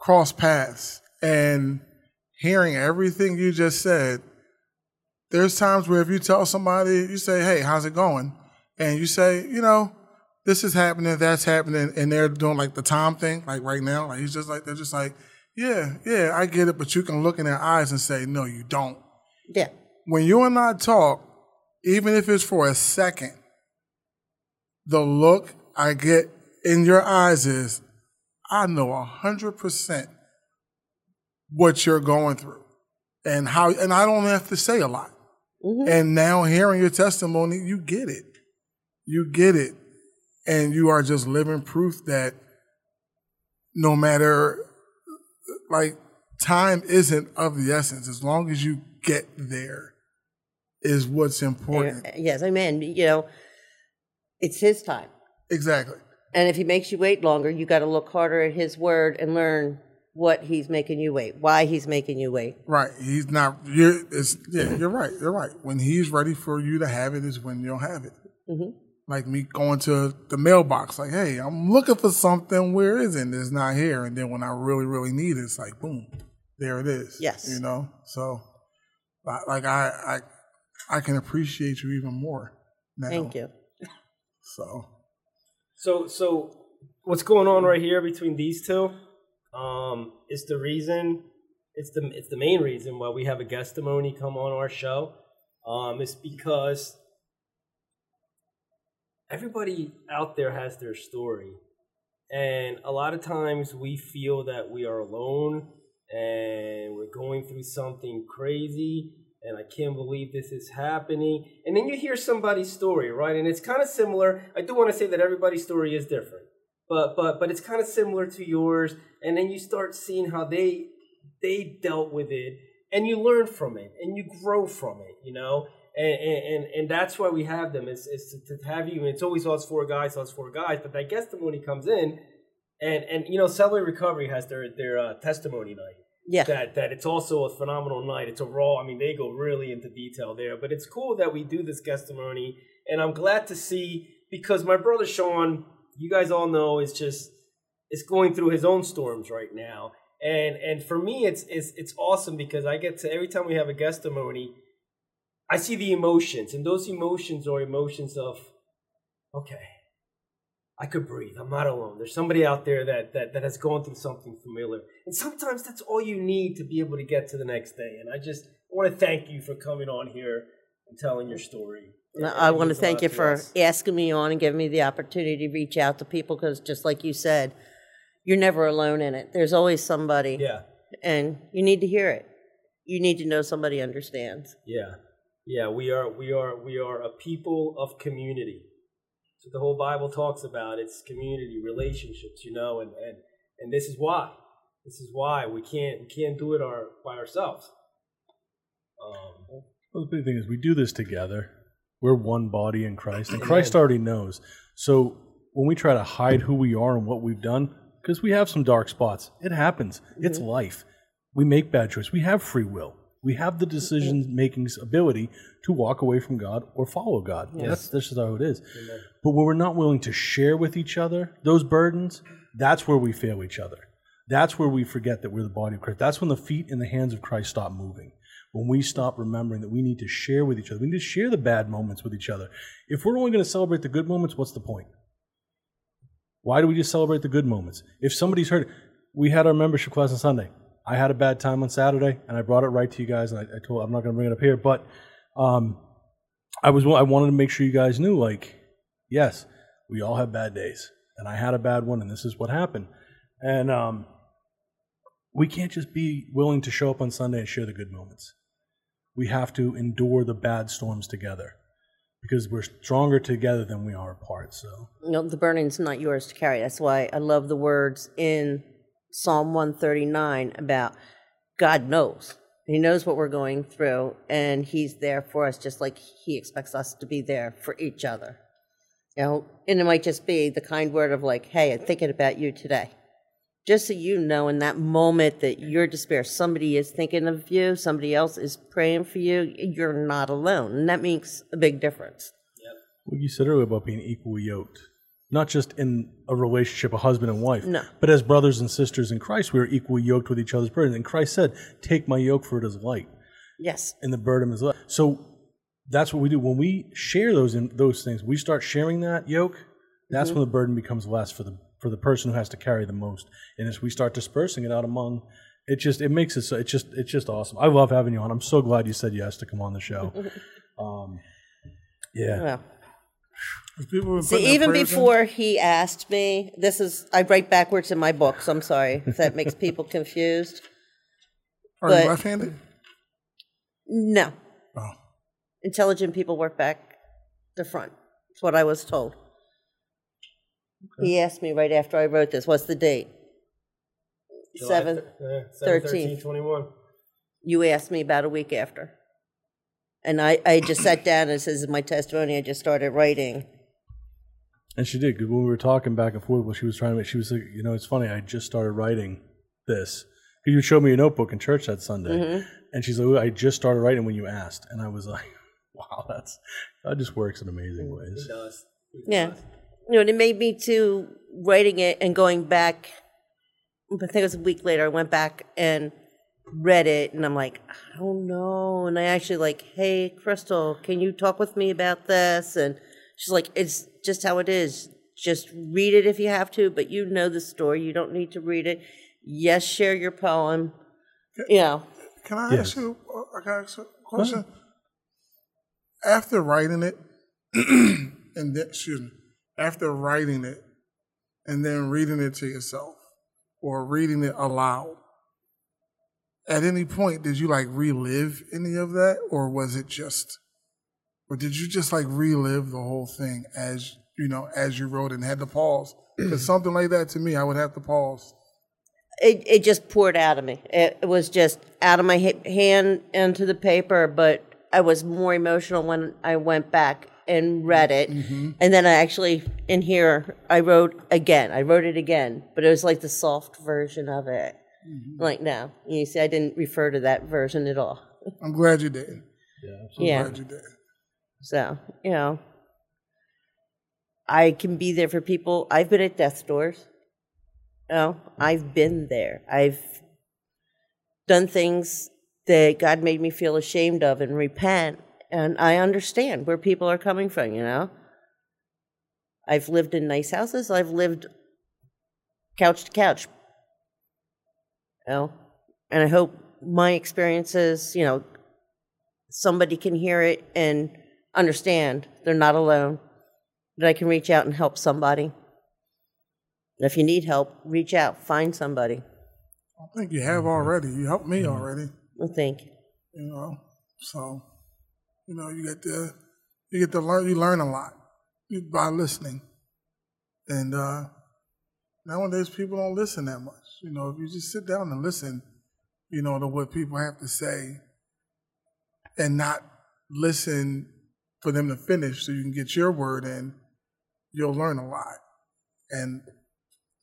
cross paths and hearing everything you just said, there's times where if you tell somebody, you say, Hey, how's it going? And you say, you know, this is happening, that's happening, and they're doing like the Tom thing, like right now. Like he's just like they're just like, Yeah, yeah, I get it, but you can look in their eyes and say, No, you don't Yeah. when you and I talk, even if it's for a second, the look I get in your eyes is, I know a hundred percent what you're going through and how, and I don't have to say a lot. Mm-hmm. And now hearing your testimony, you get it. You get it. And you are just living proof that no matter like time isn't of the essence as long as you get there is what's important Yes, I mean, you know, it's his time. exactly And if he makes you wait longer, you got to look harder at his word and learn what he's making you wait, why he's making you wait. right he's not you're it's yeah you're right you're right when he's ready for you to have it is when you'll have it Mm-hmm. like me going to the mailbox like hey i'm looking for something where is it it's not here and then when i really really need it it's like boom there it is Yes. you know so li- like i i i can appreciate you even more now Thank you. so So, so what's going on right here between these two um, is the reason. It's the it's the main reason why we have a guestimony come on our show. Um, it's because everybody out there has their story, and a lot of times we feel that we are alone and we're going through something crazy and I can't believe this is happening. And then you hear somebody's story, right? And it's kind of similar. I do want to say that everybody's story is different. But but but it's kind of similar to yours and then you start seeing how they they dealt with it and you learn from it and you grow from it, you know? And and, and, and that's why we have them is, is to, to have you and it's always us four guys, us four guys, but that testimony comes in and and you know, Celebrate Recovery has their their uh, testimony night Yeah. that that it's also a phenomenal night. It's a raw. I mean, they go really into detail there, but it's cool that we do this testimony, and I'm glad to see because my brother Sean, you guys all know, is just is going through his own storms right now, and and for me, it's it's it's awesome because I get to every time we have a testimony, I see the emotions, and those emotions are emotions of okay. I could breathe. I'm not alone. There's somebody out there that, that, that has gone through something familiar. And sometimes that's all you need to be able to get to the next day. And I just want to thank you for coming on here and telling your story. And It- I it want to means a thank lot you for us. asking me on and giving me the opportunity to reach out to people because, just like you said, you're never alone in it. There's always somebody, Yeah, and you need to hear it. You need to know somebody understands. yeah, yeah. We are, we are, we are a people of community. So the whole Bible talks about it's community relationships, you know, and, and, and this is why, this is why we can't, we can't do it our, by ourselves. Um, Well, the big thing is we do this together. We're one body in Christ, and Christ already knows. So when we try to hide who we are and what we've done, because we have some dark spots, it happens. It's life. We make bad choices. We have free will. We have the decision making ability to walk away from God or follow God. That's this is how it is. But when we're not willing to share with each other those burdens, that's where we fail each other. That's where we forget that we're the body of Christ. That's when the feet and the hands of Christ stop moving. When we stop remembering that we need to share with each other, we need to share the bad moments with each other. If we're only going to celebrate the good moments, what's the point? Why do we just celebrate the good moments? If somebody's hurt, we had our membership class on Sunday. I had a bad time on Saturday, and I brought it right to you guys. And I, I told I'm not going to bring it up here, but um, I was I wanted to make sure you guys knew, like, yes, we all have bad days, and I had a bad one, and this is what happened. And um, we can't just be willing to show up on Sunday and share the good moments. We have to endure the bad storms together because we're stronger together than we are apart. So, No, the burden's not yours to carry. That's why I love the words in Psalm 139 about God knows. He knows what we're going through, and He's there for us, just like He expects us to be there for each other. You know, and it might just be the kind word of like, "Hey, I'm thinking about you today." Just so you know, in that moment that you're despair, somebody is thinking of you, somebody else is praying for you. You're not alone, and that makes a big difference. what you said earlier about being equally yoked, not just in a relationship, a husband and wife, No. but as brothers and sisters in Christ, we are equally yoked with each other's burden. And Christ said, Take my yoke, for it is light. Yes, and the burden is left. So that's what we do when we share those in, those things. We start sharing that yoke. That's when the burden becomes less for the for the person who has to carry the most. And as we start dispersing it out among, it just it makes it so it's just it's just awesome. I love having you on. I'm so glad you said yes to come on the show. um, yeah, well. People were putting See, their even prayers in. before he asked me, this is I write backwards in my book, so I'm sorry if that makes people confused. Are but- you left-handed? No, Oh. intelligent people work back to front. That's what I was told. He asked me right after I wrote this, "What's the date?" Seven. Thirteen twenty-one. You asked me about a week after, and I I just sat down and says my testimony. I just started writing. and she did. 'cause When we were talking back and forth, what she was trying to make, she was like, you know, it's funny. I just started writing this. 'Cause You showed me your notebook in church that Sunday, Mm-hmm. and she's like, "Well, I just started writing when you asked, and I was like, [laughs] wow, that's that just works in amazing ways. Does. Mm-hmm. Yeah. You know, and it made me to writing it and going back. I think it was a week later. I went back and read it, and I'm like, I don't know. And I actually like, hey, Crystal, can you talk with me about this? And she's like, it's just how it is. Just read it if you have to, but you know the story. You don't need to read it. Yes, share your poem. You know, Can I Yes. ask you? uh, Can I ask you a question? After writing it, [clears throat] and then, excuse me, after writing it, and then reading it to yourself, or reading it aloud. At any point, did you like relive any of that, or was it just, or did you just like relive the whole thing as you know as you wrote and had to pause? Because something like that to me, I would have to pause. it, it just poured out of me. It, it was just out of my ha- hand into the paper, but I was more emotional when I went back and read it. And then I actually, in here, I wrote again. I wrote it again, but it was like the soft version of it. Like, no, you see, I didn't refer to that version at all. I'm glad you did. yeah. Glad you did. So, you know, I can be there for people. I've been at death doors. You know, I've been there. I've done things that God made me feel ashamed of and repent. And I understand where people are coming from, you know. I've lived in nice houses. I've lived couch to couch. You know, and I hope my experiences, you know, somebody can hear it and understand they're not alone, that I can reach out and help somebody. And if you need help, reach out, find somebody. I think you have already. You helped me already. Well, thank you. you know. So, you know, you get to you get to learn. You learn a lot by listening, and uh, nowadays people don't listen that much. You know, if you just sit down and listen, you know, to what people have to say, and not listen for them to finish, so you can get your word in. You'll learn a lot, and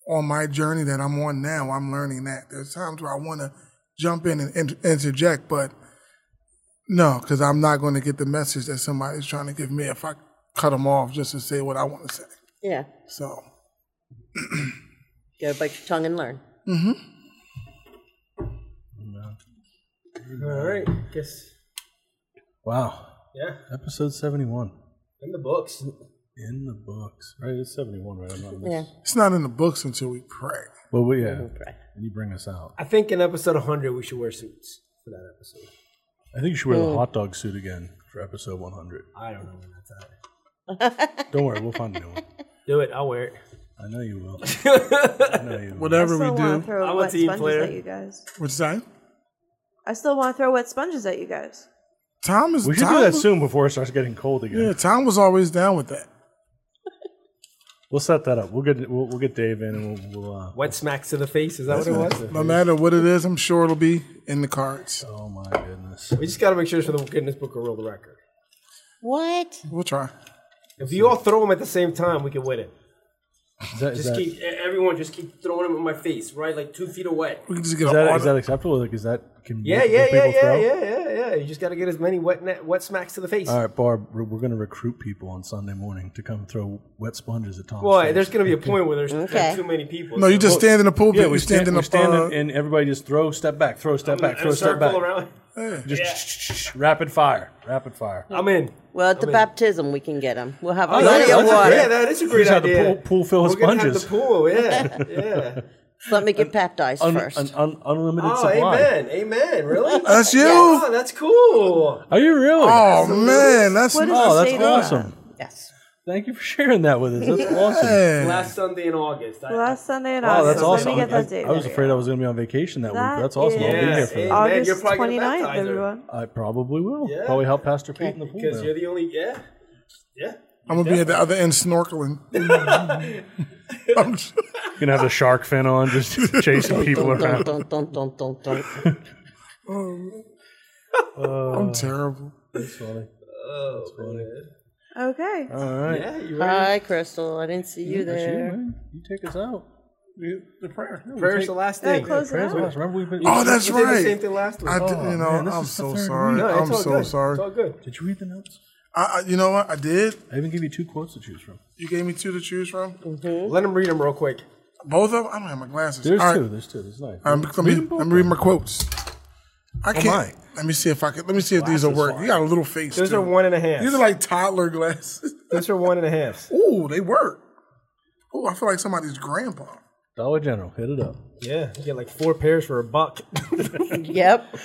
on my journey that I'm on now, I'm learning that. There's times where I want to jump in and inter- interject, but no, because I'm not going to get the message that somebody's trying to give me if I cut them off just to say what I want to say. Yeah. So, Go bite your tongue and learn. All right. Guess. Wow, Yeah. episode seventy-one In the books. in the books. Right, it's seventy-one. Right, I'm not. Mis- Yeah. Mm-hmm, it's not in the books until we pray. Well, we- yeah, Right. and you bring us out. I think in episode 100 we should wear suits for that episode. I think you should wear Mm. the hot dog suit again for episode one hundred. I don't know when that's happening. Don't worry, we'll find a new one. Do it. I'll wear it. I know you will. [laughs] I [laughs] know you will. Whatever I still we want do, to throw I'm a wet team sponges player. at you guys. what's that? I still want to throw wet sponges at you guys. Tom is. We should Tom, do that was- soon before it starts getting cold again. Yeah, Tom was always down with that. We'll set that up. We'll get we'll, we'll get Dave in and we'll. we'll uh, Wet smacks to the face. Is that what it was? No matter what it is, I'm sure it'll be in the cards. oh my goodness! We just got to make sure it's for the Guinness Book of World Record. What? We'll try. If you all throw them at the same time, we can win it. Is that, is Just that, keep e- everyone. Just keep throwing them in my face, right? Like two feet away. We can just get is an that, is auto- that acceptable? Like, is that can Yeah, will yeah, yeah, people yeah, throw? yeah, yeah, yeah. You just got to get as many wet net, wet smacks to the face. All right, Barb, we're, we're going to recruit people on Sunday morning to come throw wet sponges at Tom's. Boy, face. there's gonna be a point where there's there's Okay. too many people. No, you just stand in the pulpit. yeah, you we stand, in we the stand uh, and- and everybody just throw, step back, throw, step back, And throw, step circle back, around. just rapid fire, rapid fire. I'm in. Well, at the baptism, we can get them. We'll have yeah, plenty of that's a- water. yeah, that is a great just have the idea. pool- pool filled with We're gonna have sponges. the pool, yeah, yeah. Let me get baptized Un- first. an un- unlimited Oh, supply. amen, amen. Really? That's you. Oh, that's cool. Are you really? Oh man, that's What is Oh, the that's state of awesome. yes. Thank you for sharing that with us. That's awesome. man. Last Sunday in August. I- that? Last Sunday in Oh, August. that's awesome. Let me get that I- date. I, was for you. afraid I was going to be on vacation that, That week. That's awesome. I'll be is- here for that. Yeah, man, you're August probably gonna 29th, baptize her. everyone. I probably will. Yeah. Probably help Pastor Pete in the pool. because now. you're the only yeah yeah I'm gonna be at the other [laughs] end snorkeling. [laughs] I'm just- gonna have the shark fin on, [laughs] just chasing people Dun, around. dun, dun, dun, dun, dun. I'm terrible. That's funny. That's funny. Okay. All right. yeah you ready? Hi, Crystal. I didn't see you That's you, there. man. You take us out. The prayer. Prayer's the last Yeah, thing. close it Praise out. us. Remember we've been. Oh, that's We did the right. same thing last week. I did, you know, man, this I'm is the so third sorry. week. No, it's I'm all so good. sorry. It's all good. Did you read the notes? I, I, you know what? I did. I even give you two quotes to choose from. You gave me two to choose from. Let him read them real quick. Both of them. I don't have my glasses. There's All right. two. There's two. There's nice. I'm, let me, Read 'em both. let me read my quotes. Oh, I can't. my. Let me see if I can. Let me see if these will work. You got a little face. Those too. are one and a These are half. like toddler glasses. [laughs] Those are one and a half. Ooh, they work. Ooh, I feel like somebody's grandpa. Dollar General. Hit it up. [laughs] Yeah, you get like four pairs for a [laughs] buck. Yep.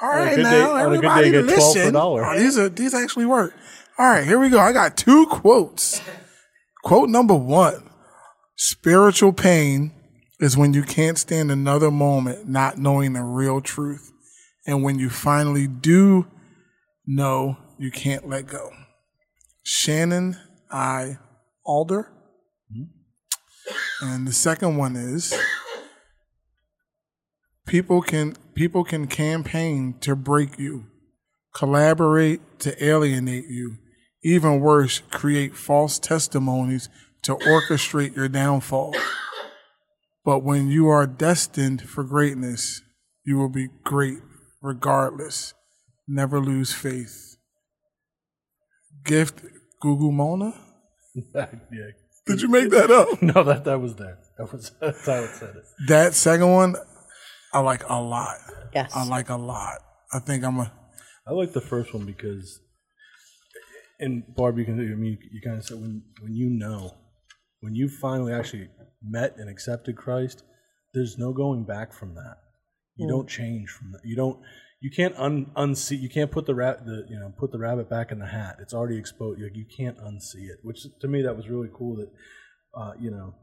All right, good day- now on a good day, everybody, you get 12 for a listen. dollar. Oh, these are these actually work. All right, here we go. I got two quotes. Quote number one: Spiritual pain is when you can't stand another moment not knowing the real truth, and when you finally do know, you can't let go. Shannon I. Alder. Mm-hmm. And the second one is people can people can campaign to break you, collaborate to alienate you, even worse, create false testimonies to orchestrate your downfall. But when you are destined for greatness, you will be great regardless. Never lose faith. Gift Google Mona? yeah. Did you make that up? No, that that was there. That was [laughs] that's how it said it. That second one, I like a lot. Yes. I like a lot. I think I'm a. I like the first one because, and Barb, you can. I mean, you kind of said when when you know, when you finally actually met and accepted Christ, there's no going back from that. You don't change from that. You don't. You can't un unsee. You can't put the rat the you know put the rabbit back in the hat. It's already exposed. Like you can't unsee it. Which to me that was really cool. That uh, you know,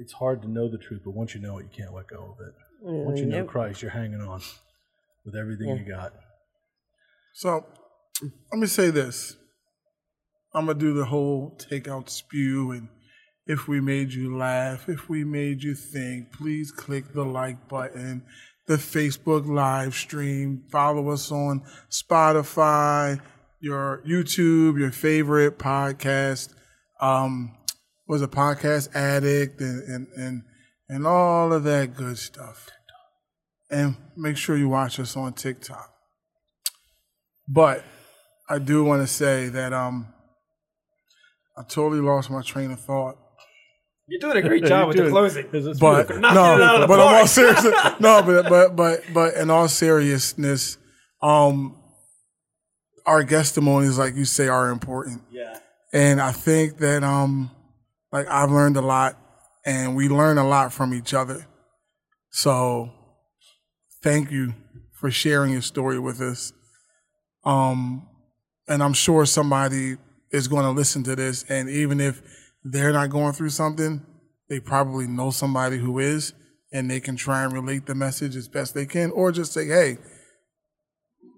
it's hard to know the truth, but once you know it, you can't let go of it. Once you know Nope. Christ, you're hanging on with everything you got. So let me say this. I'm gonna do the whole takeout spew and if we made you laugh, if we made you think, please click the like button, the Facebook live stream, follow us on Spotify, your YouTube, your favorite podcast. Um, was a podcast addict and, and and and all of that good stuff. And make sure you watch us on TikTok. But I do want to say that um, I totally lost my train of thought. You're doing a great job with the closing. But no, it out of the but I'm all park. serious. no, but but but but in all seriousness, um, our testimonies, like you say, are important. Yeah. And I think that um like I've learned a lot and we learn a lot from each other. So thank you for sharing your story with us. Um and I'm sure somebody is going to listen to this and even if they're not going through something, they probably know somebody who is, and they can try and relate the message as best they can, or just say, hey,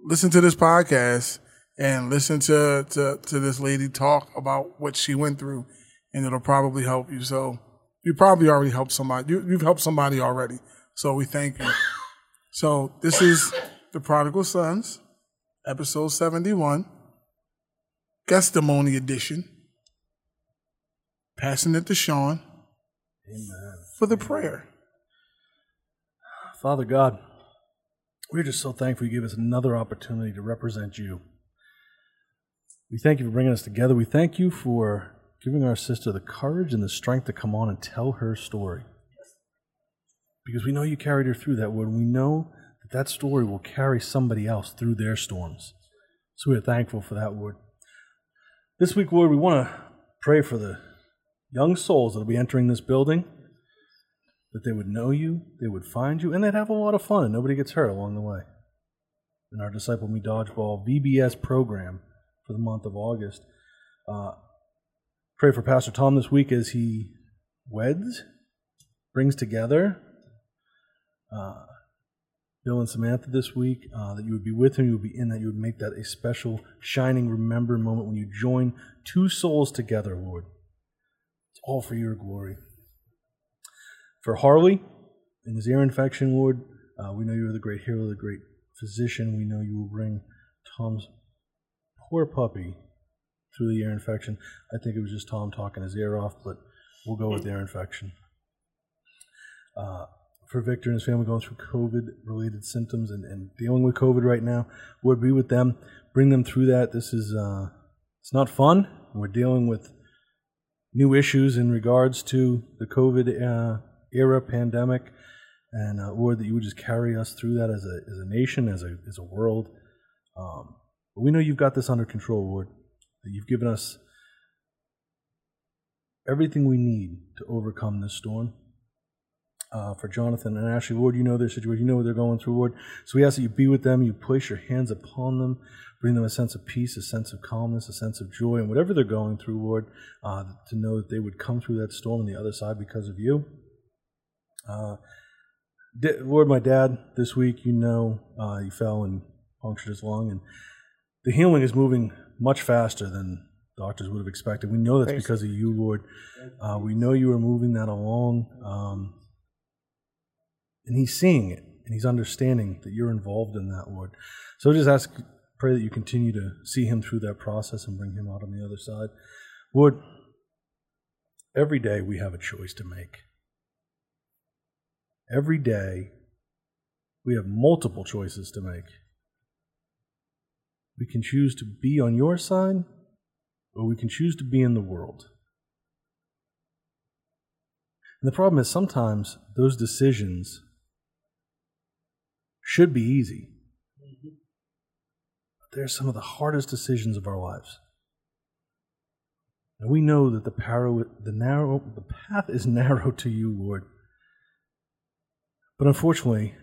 listen to this podcast and listen to, to, to this lady talk about what she went through, and it'll probably help you. So you probably already helped somebody. You, you've helped somebody already. So we thank you. So this is The Prodigal Sons, episode 71, Testimony Edition. Passing it to Sean for the prayer. Father God, we're just so thankful you give us another opportunity to represent you. We thank you for bringing us together. We thank you for giving our sister the courage and the strength to come on and tell her story. Because we know you carried her through that wood, and we know that that story will carry somebody else through their storms. So we are thankful for that, Lord. This week, Lord, we want to pray for the young souls that will be entering this building, that they would know you, they would find you, and they'd have a lot of fun, and nobody gets hurt along the way. In our Disciple Me Dodgeball VBS program for the month of August, uh, pray for Pastor Tom this week as he weds, brings together uh, Bill and Samantha this week, uh, that you would be with him, you would be in that, you would make that a special, shining, remember moment when you join two souls together, Lord. It's all for your glory. For Harley and his ear infection, Lord, uh, we know you are the great hero, the great physician. We know you will bring Tom's poor puppy through the ear infection. I think it was just Tom talking his ear off, but we'll go with ear infection. Uh, for Victor and his family going through COVID related symptoms and, and dealing with COVID right now, Lord, be with them, bring them through that. This is uh, it's not fun. We're dealing with new issues in regards to the COVID uh, era pandemic, and uh, Lord, that you would just carry us through that as a as a nation, as a as a world. Um, but we know you've got this under control, Lord. That you've given us everything we need to overcome this storm. Uh, for Jonathan and Ashley, Lord, you know their situation, you know what they're going through, Lord. So we ask that you be with them, you place your hands upon them, bring them a sense of peace, a sense of calmness, a sense of joy, and whatever they're going through, Lord, uh, to know that they would come through that storm on the other side because of you. Uh, da- Lord, my dad, this week, you know, uh, he fell and punctured his lung, and the healing is moving much faster than doctors would have expected. We know that's Praise because of you, Lord. Uh, we know you are moving that along, um, and he's seeing it, and he's understanding that you're involved in that, Lord. So just ask, pray that you continue to see him through that process and bring him out on the other side. Lord, every day we have a choice to make. Every day we have multiple choices to make. We can choose to be on your side, or we can choose to be in the world. And the problem is sometimes those decisions should be easy. But they're some of the hardest decisions of our lives. And we know that the, paro- the, narrow, the path is [laughs] narrow to you, Lord. But unfortunately,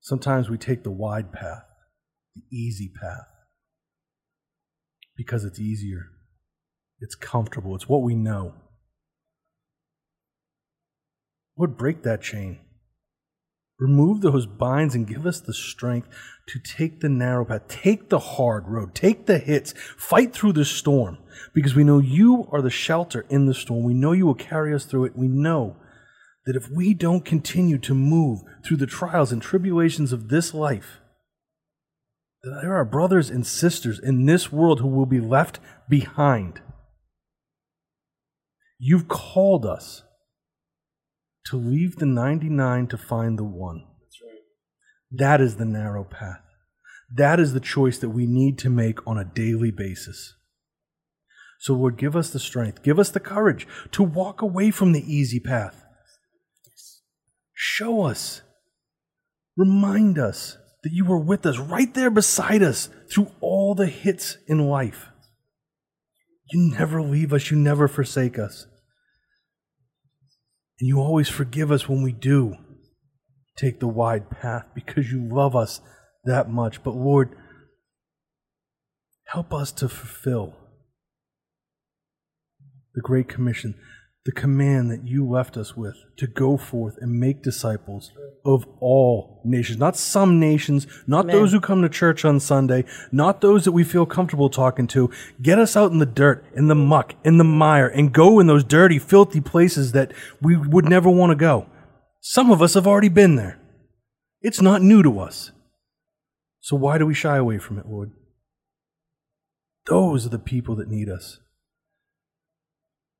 sometimes we take the wide path, the easy path, because it's easier, it's comfortable, it's what we know. Lord, break that chain. Remove those binds and give us the strength to take the narrow path, take the hard road, take the hits, fight through the storm, because we know you are the shelter in the storm. We know you will carry us through it. We know that if we don't continue to move through the trials and tribulations of this life, that there are brothers and sisters in this world who will be left behind. You've called us to leave the 99 to find the one. That is the narrow path. That is the choice that we need to make on a daily basis. So, Lord, give us the strength, give us the courage to walk away from the easy path. Show us, remind us that you were with us, right there beside us, through all the hits in life. You never leave us, you never forsake us. And you always forgive us when we do take the wide path because you love us that much. But Lord, help us to fulfill the Great Commission the command that you left us with to go forth and make disciples of all nations, not some nations, not those who come to church on Sunday, not those that we feel comfortable talking to. Get us out in the dirt, in the muck, in the mire, and go in those dirty, filthy places that we would never want to go. Some of us have already been there. It's not new to us. So why do we shy away from it, Lord? Those are the people that need us.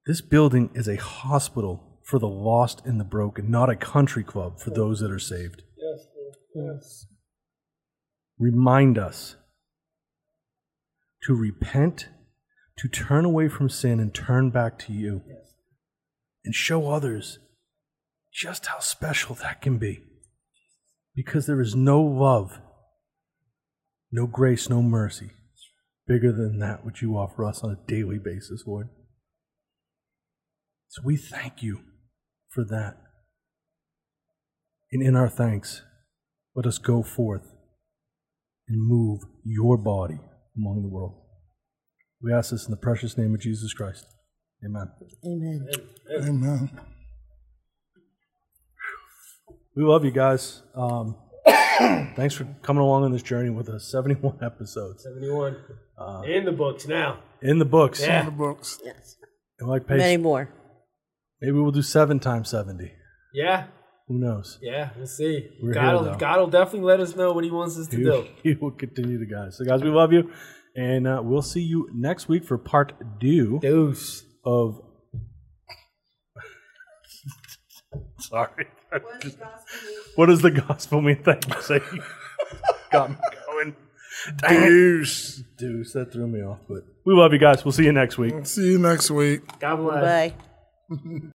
This building is a hospital for the lost and the broken, not a country club for those that are saved. Yes, yes. Remind us to repent, to turn away from sin and turn back to you, and show others just how special that can be. Because there is no love, no grace, no mercy bigger than that which you offer us on a daily basis, Lord. So we thank you for that. And in our thanks, let us go forth and move your body among the world. We ask this in the precious name of Jesus Christ. Amen. Amen. Amen. We love you guys. Um, [coughs] thanks for coming along on this journey with us. 71 [laughs] episodes 71. Uh. In the books now. in the books. The books. Yes. And like Pace, Many more. maybe we'll do seven times 70. Yeah, Who knows? yeah, we'll see. We're here, God will, though. God will definitely let us know what he wants us to He, [laughs] do. he will continue to guide us. So, guys, we love you. And uh, we'll see you next week for part two Deuce. of. [laughs] Sorry. What does the gospel mean? Thank you. Say, [laughs] got me going. Deuce. Deuce. That threw me off. But we love you guys. We'll see you next week. See you next week. God bless. Bye.